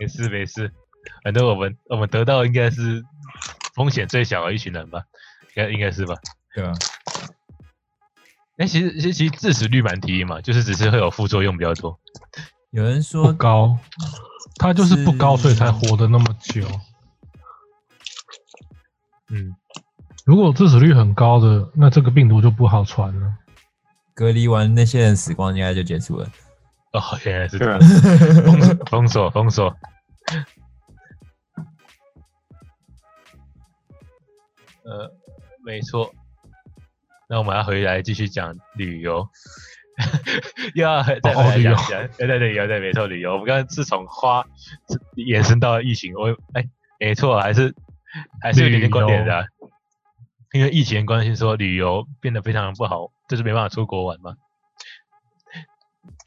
Speaker 1: 没事没事，反正我们我们得到应该是风险最小的一群人吧，应该应该是吧。
Speaker 4: 对啊，
Speaker 1: 哎、其实其实其实致死率蛮低嘛，就是只是会有副作用比较多。
Speaker 4: 有人
Speaker 2: 不
Speaker 4: 说，
Speaker 2: 高，他就是不高，
Speaker 4: 是
Speaker 2: 所以才活得那么久。
Speaker 1: 嗯，
Speaker 2: 如果致死率很高的，那这个病毒就不好传了。
Speaker 4: 隔离完那些人死光，应该就结束了。
Speaker 1: 哦，原来是这
Speaker 3: 对
Speaker 1: 样
Speaker 3: 啊，
Speaker 1: 封锁封锁封锁。呃，没错。那我们要回来继续讲旅游， 又要再回来
Speaker 2: 旅
Speaker 1: 讲
Speaker 2: 游
Speaker 1: 一下。对对对，哦旅游对，没错，旅游。我们刚刚是从花是延伸到疫情，我哎、没错，还是还是有点点观点的啊、因为疫情的关系，说旅游变得非常不好，就是没办法出国玩嘛。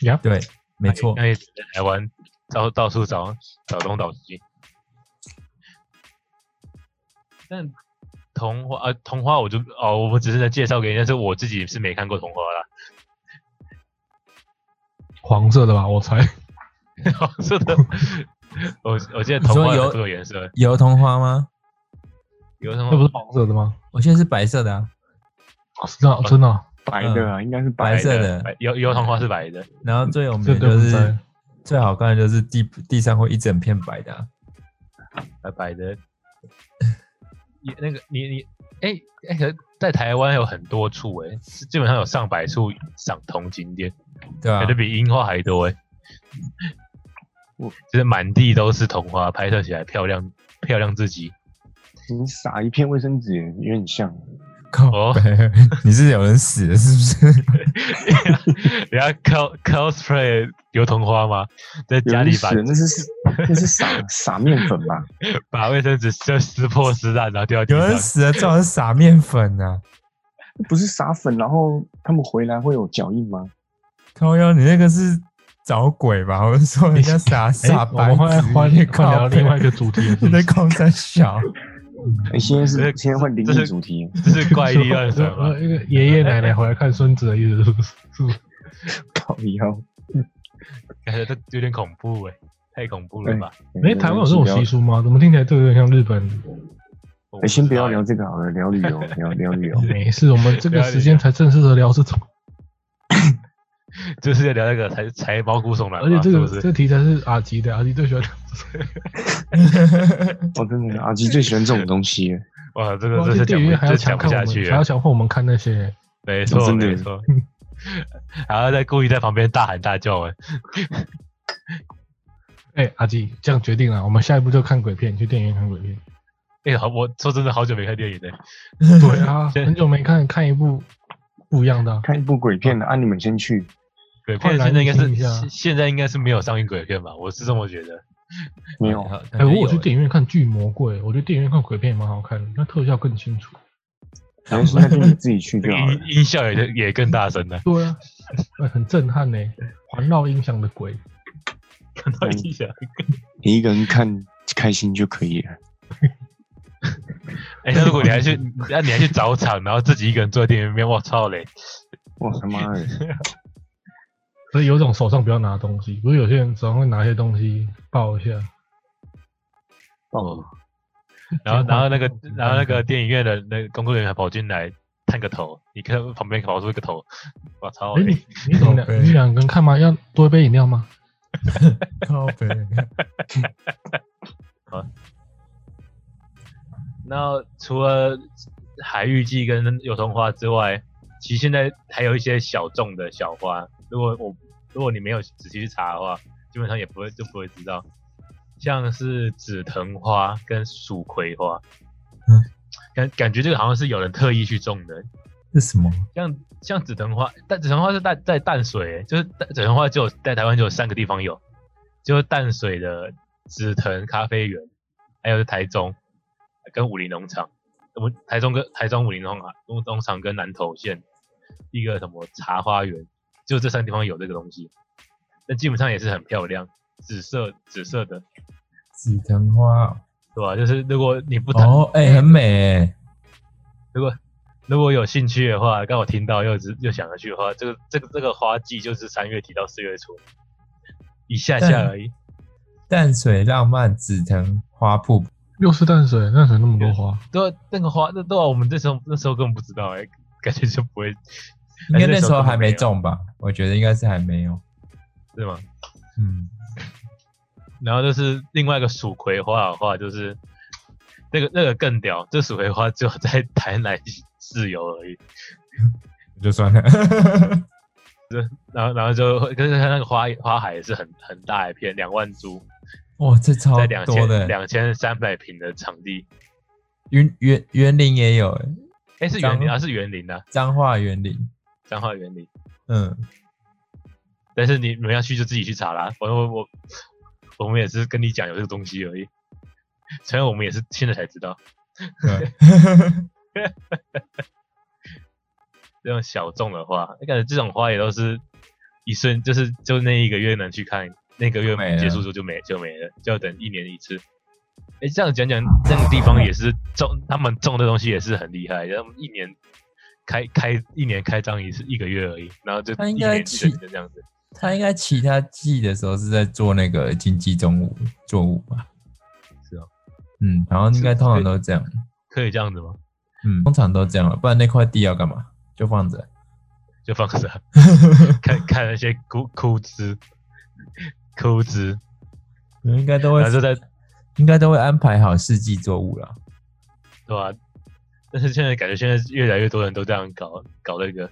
Speaker 2: 呀，
Speaker 4: 对，没错，
Speaker 2: 哎
Speaker 1: 那也只能台湾到到处找找东找西。但童话啊，童话我就哦，我们只是在介绍给你，但是我自己是没看过童话啦。
Speaker 2: 黄色的吧，我
Speaker 4: 嗯
Speaker 2: 猜。
Speaker 1: 是的，我我记得
Speaker 4: 你
Speaker 1: 童
Speaker 4: 说
Speaker 1: 话有
Speaker 4: 有
Speaker 1: 多有颜色，
Speaker 4: 油桐花吗？
Speaker 1: 有什
Speaker 2: 那不
Speaker 1: 么
Speaker 2: 是黄色的吗？
Speaker 4: 我现在是白色的啊，
Speaker 2: 真的啊真的啊，
Speaker 3: 白的啊，应该是白
Speaker 4: 白
Speaker 3: 的。
Speaker 4: 色的
Speaker 1: 的，白有有童话是白的，
Speaker 4: 然后最有
Speaker 2: 这
Speaker 4: 名的
Speaker 2: 个
Speaker 4: 就
Speaker 2: 不在
Speaker 4: 是。最好看的就是地地上会一整片白的、啊，
Speaker 1: 白呃白的。你那个你你哎哎、可是在台湾有很多处哎、是基本上有上百处赏童景点。
Speaker 4: 对啊
Speaker 2: 啊
Speaker 4: 吧、
Speaker 1: 有的比樱花还多哎、
Speaker 3: 我
Speaker 1: 就是满地都是桐花，拍摄起来漂亮漂亮至极。
Speaker 3: 你撒一片卫生纸也很像，
Speaker 1: 哦
Speaker 4: 靠北， 你是有人死了是 不是？
Speaker 1: 人家 cos cosplay 有桐花吗？在
Speaker 3: 有
Speaker 1: 家
Speaker 3: 人
Speaker 1: 里
Speaker 3: 死
Speaker 1: 把
Speaker 3: 了那是那是撒 撒面粉吧？
Speaker 1: 把卫生纸就撕破撕烂，然后丢到
Speaker 4: 有
Speaker 1: 地
Speaker 4: 人
Speaker 1: 上。
Speaker 4: 死了，最好是撒面粉啊！
Speaker 3: 不是撒粉，然后他们回来会有脚印吗？
Speaker 4: 靠腰，你那个是找鬼吧？我是说人家傻傻
Speaker 2: 哎我
Speaker 4: 白
Speaker 2: 们换
Speaker 4: 痴
Speaker 2: 换
Speaker 4: 你
Speaker 2: 换聊
Speaker 4: 靠北
Speaker 2: 另外一个主题了是
Speaker 4: 你
Speaker 2: 不
Speaker 4: 在
Speaker 2: 是，
Speaker 4: 空山小，
Speaker 3: 哎，现在
Speaker 1: 这
Speaker 3: 是
Speaker 1: 是
Speaker 3: 现在换灵
Speaker 1: 这
Speaker 3: 异
Speaker 1: 是
Speaker 3: 主题，
Speaker 1: 这是怪力乱神 吗
Speaker 2: 呃？一个爷爷奶奶回来看孙子的意思是不是？是 不是？
Speaker 3: 靠腰。
Speaker 1: 感觉这有点恐怖哎、太恐怖了吧？
Speaker 2: 哎，台湾有这种习
Speaker 3: 习俗？
Speaker 2: 俗吗？怎么听起来这个有点像日本？
Speaker 1: 我
Speaker 3: 哎，
Speaker 1: 知
Speaker 3: 先不要
Speaker 1: 道欸
Speaker 3: 聊这个好了，聊旅游，聊聊旅游。
Speaker 2: 没事，我们这个时间才正式的聊这种。
Speaker 1: 就是要聊那个才才毛骨悚然
Speaker 2: 而
Speaker 1: 嘛，
Speaker 2: 且这
Speaker 1: 啊是
Speaker 2: 个
Speaker 1: 不是
Speaker 2: 这个题材是阿吉的，阿吉最喜欢聊
Speaker 3: 哦，真的，阿吉最喜欢这种东西了。
Speaker 1: 哇，这
Speaker 2: 这
Speaker 1: 个
Speaker 2: 个，
Speaker 1: 这
Speaker 2: 而
Speaker 1: 是
Speaker 2: 且
Speaker 1: 讲
Speaker 2: 电
Speaker 1: 不
Speaker 2: 影院还要
Speaker 1: 这讲
Speaker 2: 强
Speaker 1: 不
Speaker 2: 看
Speaker 1: 下
Speaker 2: 我们，
Speaker 1: 去啊
Speaker 2: 还要
Speaker 1: 了，
Speaker 2: 强迫我们看那些。
Speaker 1: 没错
Speaker 3: 真的
Speaker 1: 没错， 然后再故意在旁边大喊大叫哎，
Speaker 2: 哎，阿吉，这样决定了，我们下一步就看鬼片，去电影院看鬼 片。
Speaker 1: 哎好，我说真的好久没看电影了，
Speaker 2: 对啊，
Speaker 1: 先
Speaker 2: 很久没看，看一部不一样的啊。
Speaker 3: 看一部鬼片的，啊，你们先去。
Speaker 1: 鬼
Speaker 2: 快
Speaker 1: 片
Speaker 2: 来
Speaker 1: 现在应该是
Speaker 2: 听一下
Speaker 1: 现现在应该是没有上映鬼片吧，我是这么觉得，
Speaker 3: 没有，
Speaker 4: 好感
Speaker 2: 哎，
Speaker 4: 觉
Speaker 2: 我有去
Speaker 4: 有
Speaker 2: 电影院看《巨魔怪》，我觉得电影院看鬼片也蛮好看的，那特效更清楚。
Speaker 3: 然后是那天你自己去就好了。
Speaker 1: 音音效也也更大声 了，
Speaker 2: 对啊，哎很震撼呢，环绕音响的鬼。
Speaker 1: 看到音效，
Speaker 3: 你一个人看开心就可以了。
Speaker 1: 哎，那如果你还去， 那你还去找场，然后自己一个人坐在电影里面，我操 嘞，
Speaker 3: 我他妈的，
Speaker 2: 所以有种手上不要拿东西，不是有些人手上会拿一些东西抱一下，
Speaker 1: 哦，然后然后那个然后那个电影院的那个工作人员还跑进来探个头，你看旁边跑出一个头，我操
Speaker 2: 哎、
Speaker 1: 嘞！
Speaker 2: 你你怎么
Speaker 4: 靠
Speaker 2: 两
Speaker 4: 背
Speaker 2: 你两个人看吗？要多一杯饮料吗？
Speaker 4: 靠北，
Speaker 1: 那除了海芋季跟油桐花之外，其实现在还有一些小众的小花。如果我如果你没有仔细去查的话，基本上也不会就不会知道，像是紫藤花跟蜀葵花，
Speaker 4: 嗯，
Speaker 1: 感感觉这个好像是有人特意去种的。
Speaker 4: 这什么？
Speaker 1: 像像紫藤花，但紫藤花是在在淡水、欸就是淡紫藤花只有在台湾只有三个地方有，就是淡水的紫藤咖啡园，还有是台中跟武林农场，我们台中跟台中武林农场武林农场跟南投县一个什么茶花园，就这三个地方有这个东西，那基本上也是很漂亮，紫色紫色的，
Speaker 4: 紫藤花哦
Speaker 1: 对吧、就是如果你不打、
Speaker 4: 哦，哎、很美哎、
Speaker 1: 如果如果有兴趣的话，刚好听到又知又想要去的话，这个这个这个花季就是三月底到四月初，一下下而已。
Speaker 4: 淡水浪漫紫藤花瀑布，
Speaker 2: 又是淡水，淡水那么多花，
Speaker 1: 对啊，那个花，那对啊，我们这时候那时候根本不知道哎、感觉就不会，
Speaker 4: 应该那时候
Speaker 1: 根本
Speaker 4: 还没
Speaker 1: 有，
Speaker 4: 中吧？我觉得应该是还没有。
Speaker 1: 对吗？
Speaker 4: 嗯，
Speaker 1: 然后就是另外一个蜀葵花的话，就是那个那个更屌，这蜀葵花只有在台南自由而已。
Speaker 4: 就算了。
Speaker 1: 然后然后就可是它那个花花海也是很很大一片，两万株，
Speaker 4: 哇，这超
Speaker 1: 在两
Speaker 4: 多的
Speaker 1: 千
Speaker 4: 欸，
Speaker 1: 两千三百平的场地。
Speaker 4: 园园园林也有欸，
Speaker 1: 哎、是园林
Speaker 4: 彰
Speaker 1: 啊，是园林啊，
Speaker 4: 彰化园林。
Speaker 1: 彰化园林。
Speaker 4: 嗯，
Speaker 1: 但是你你们要去就自己去查啦，反正我我我们也是跟你讲有这个东西而已。虽然我们也是现在才知道
Speaker 4: 对，
Speaker 1: 这种小众的花，感觉这种花也都是一瞬，就是就那一个月能去看，那个月
Speaker 4: 没了
Speaker 1: 结束之后就没就没了，就要等一年一次。哎、这样讲讲，那个地方也是种，他们种的东西也是很厉害，他们一年开开一年开张一次一个月而已，然后就
Speaker 4: 他
Speaker 1: 一
Speaker 4: 应该
Speaker 1: 年一
Speaker 4: 起
Speaker 1: 整年这样子。
Speaker 4: 他应该其他季的时候是在做那个经济中午作物吧？
Speaker 1: 是哦，
Speaker 4: 嗯，然后应该通常都这样，
Speaker 1: 可以这样子吗？
Speaker 4: 嗯，通常都这样了，不然那块地要干嘛？就放着。
Speaker 1: 就放着， 看看那些枯枯枝，枯枝，
Speaker 4: 嗯应该都会
Speaker 1: 然后，就在
Speaker 4: 应该都会安排好四季作物了。
Speaker 1: 对吧、但是现在感觉现在越来越多人都这样搞搞那个，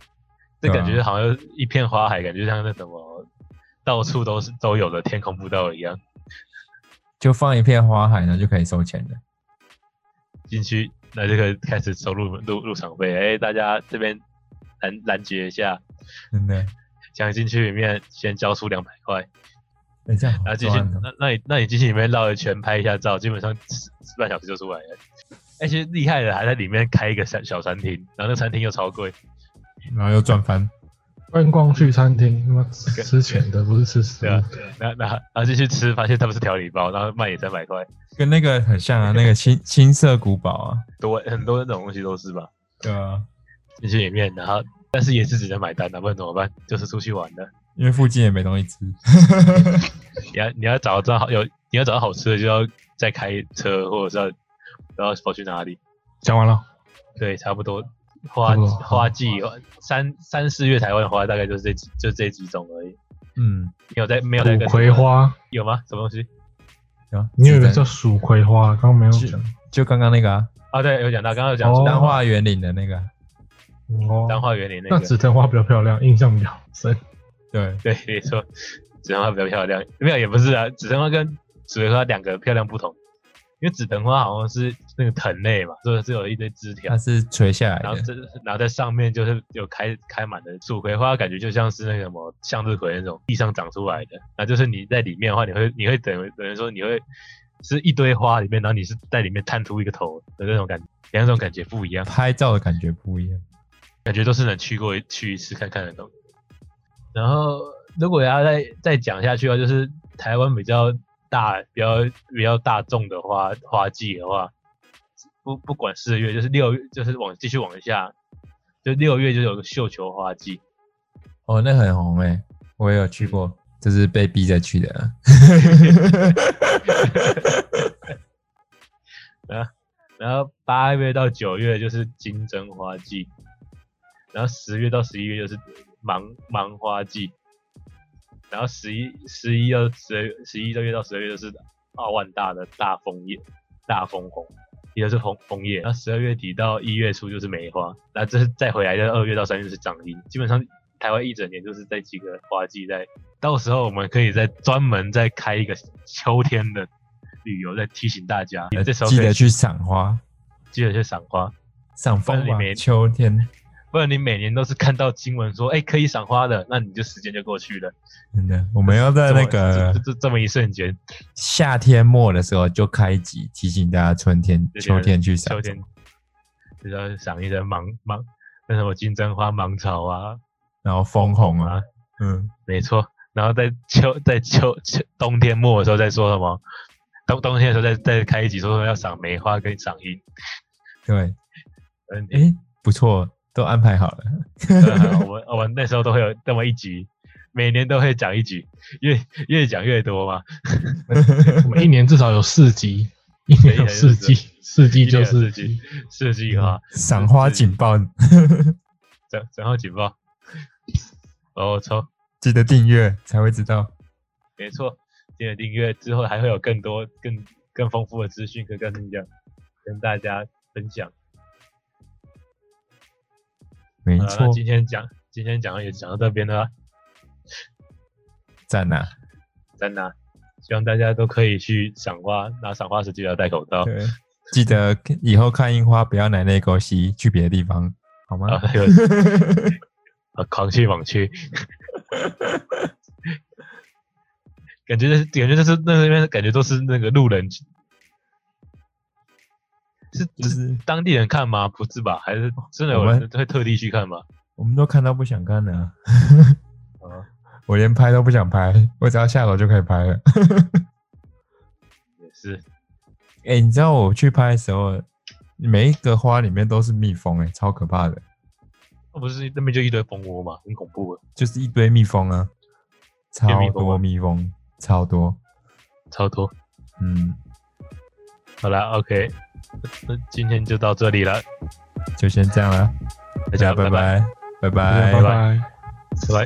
Speaker 1: 这
Speaker 4: 对啊
Speaker 1: 感觉好像一片花海，感觉像那什么到处都是都有的天空步道一样，
Speaker 4: 就放一片花海，然后就可以收钱了。
Speaker 1: 进去那就可以开始收入入入场费，哎、大家这边拦拦截一下，
Speaker 4: 真的，
Speaker 1: 想进去里面先交出两百块，
Speaker 4: 等一下，
Speaker 1: 然后进去
Speaker 4: 赚，啊了
Speaker 1: 那那你那你进去里面绕一圈拍一下照，基本上十半小时就出来了。而且厉害的还在里面开一个小小餐厅，然后那餐厅又超贵，
Speaker 4: 然后又赚翻。
Speaker 2: 观光去餐厅，他妈吃吃钱的，不是吃食
Speaker 1: 对啊
Speaker 2: 物。
Speaker 1: 然后然后然后进去吃，发现他们是调理包，然后卖你三百块，
Speaker 4: 跟那个很像啊， 那个青青色古堡啊，
Speaker 1: 多很多那种东西都是吧。
Speaker 4: 对啊，
Speaker 1: 进去里面，然后但是也是只能买单的，啊不然怎么办？就是出去玩的，
Speaker 4: 因为附近也没东西吃。
Speaker 1: 你要你要找到好有你要找到好吃的，就要再开车或者是要然后跑去哪里，
Speaker 2: 讲完了，
Speaker 1: 对，差不多花
Speaker 2: 差不多
Speaker 1: 花季三三四月台湾的花大概就是这几就这几种而已，
Speaker 4: 嗯，
Speaker 1: 没有在没有在
Speaker 2: 蜀
Speaker 1: 跟
Speaker 2: 葵花，
Speaker 1: 有吗？什么东西
Speaker 4: 啊，
Speaker 2: 你有一
Speaker 4: 是
Speaker 2: 个
Speaker 4: 在
Speaker 2: 叫蜀葵花，刚刚没有讲。
Speaker 4: 就刚刚那个啊，
Speaker 1: 啊？对，有讲到，刚刚有讲
Speaker 2: 哦
Speaker 1: 到
Speaker 4: 彰化园林的那个啊，
Speaker 2: 哦，
Speaker 1: 彰化园林那
Speaker 2: 那
Speaker 1: 个，
Speaker 2: 紫藤花比较漂亮，印象比较 深。
Speaker 4: 对，
Speaker 1: 对，没错，紫藤花比较漂亮，没有也不是啊，紫藤花跟紫葵花两个漂亮不同，因为紫藤花好像是那个藤类嘛，所以是有一堆枝条
Speaker 4: 它，是垂下来
Speaker 1: 然后
Speaker 4: 的，
Speaker 1: 这然后在上面就是有开开满的蜀葵花，感觉就像是那个什么向日葵那种地上长出来的，那就是你在里面的话，你会你会等于等于说你会是一堆花里面，然后你是在里面探出一个头的那种感觉，两种感觉不一样，
Speaker 4: 拍照的感觉不一样。
Speaker 1: 感觉都是能去过一去一次看看的东西。然后如果要再再讲下去的话，就是台湾比较大、比较比较大众的花花季的话，不不管四月，就是六月，就是往继续往下，就六月就有个绣球花季，
Speaker 4: 哦，那很红哎、我也有去过，
Speaker 1: 嗯
Speaker 4: 就是被逼着去的 啊。
Speaker 1: 然后八月到九月就是金针花季，然后十月到十一月就是芒芒花季，然后十一十一到十十一个月到十二月就是澳万大的大枫叶大枫红，也就是枫枫叶。然后十二月底到一月初就是梅花，那这是再回来的二月到三月是掌樱。基本上台湾一整年就是这几个花季在，到时候我们可以再专门再开一个秋天的旅游，再提醒大家，这时候
Speaker 4: 记
Speaker 1: 可以
Speaker 4: 得去赏花，
Speaker 1: 记得去赏花，
Speaker 4: 赏枫
Speaker 1: 但是
Speaker 4: 吧
Speaker 1: 你没。
Speaker 4: 秋天
Speaker 1: 不然你每年都是看到新闻说，哎、可以赏花的，那你就时间就过去了。
Speaker 4: 真的，我们要在那
Speaker 1: 这
Speaker 4: 个
Speaker 1: 这这这么一瞬间，
Speaker 4: 夏天末的时候就开一集，提醒大家春天、
Speaker 1: 对
Speaker 4: 秋天去赏
Speaker 1: 秋。天就要赏一些芒芒那什么金针花、芒草啊，
Speaker 4: 然后枫红啊
Speaker 1: 啊，
Speaker 4: 嗯，
Speaker 1: 没错。然后在秋在秋秋冬天末的时候再说什么，冬冬天的时候再再开一集说要赏梅花跟赏樱。
Speaker 4: 对，
Speaker 1: 嗯，
Speaker 4: 诶，不错，都安排好了。
Speaker 1: 对我们呃我们那时候都会有这么一集，每年都会讲一集，越越讲越多嘛。
Speaker 2: 我们一年至少有四集，一年有四季，四季就
Speaker 1: 四
Speaker 2: 是
Speaker 1: 季，四季哈。
Speaker 4: 赏花警报，
Speaker 1: 整整号警报。 哦，错，
Speaker 4: 记得订阅才会知道。
Speaker 1: 没错，记得订阅之后还会有更多更更丰富的资讯跟跟你讲，跟大家分享。
Speaker 4: 没
Speaker 1: 好啦
Speaker 4: 错
Speaker 1: 那，今天讲今天讲的也讲到这边了，啊
Speaker 4: 赞啊！
Speaker 1: 真的啊，希望大家都可以去赏花，拿赏花时记得要戴口罩。
Speaker 4: 对，记得以后看樱花不要奶奶狗西，去别的地方好吗
Speaker 1: 啊？，还有 啊，狂去猛去， 感觉就是感觉就是那那边感觉都是那个路人，是
Speaker 4: 就
Speaker 1: 只
Speaker 4: 是
Speaker 1: 当地人看吗？不是吧？还是真的有
Speaker 4: 我们
Speaker 1: 人会特地去看吗？
Speaker 4: 我们都看到不想看了、
Speaker 1: 啊，
Speaker 4: 我连拍都不想拍，我只要下楼就可以拍了。
Speaker 1: 也是，
Speaker 4: 哎、你知道我去拍的时候，每一个花里面都是蜜蜂、欸，哎，超可怕的，
Speaker 1: 那不是那边就一堆蜂窝嘛，很恐怖的，啊
Speaker 4: 就是一堆蜜蜂啊，超
Speaker 1: 有蜜蜂
Speaker 4: 多
Speaker 1: 吗
Speaker 4: 蜜蜂，超多。
Speaker 1: 超多。
Speaker 4: 嗯，
Speaker 1: 好啦 o k 那今天就到这里了，
Speaker 4: 就先这样了，
Speaker 1: 大
Speaker 4: 大家
Speaker 1: 家
Speaker 4: 拜
Speaker 1: 拜，哎
Speaker 4: 拜，拜拜
Speaker 2: 拜。拜。
Speaker 1: 拜拜。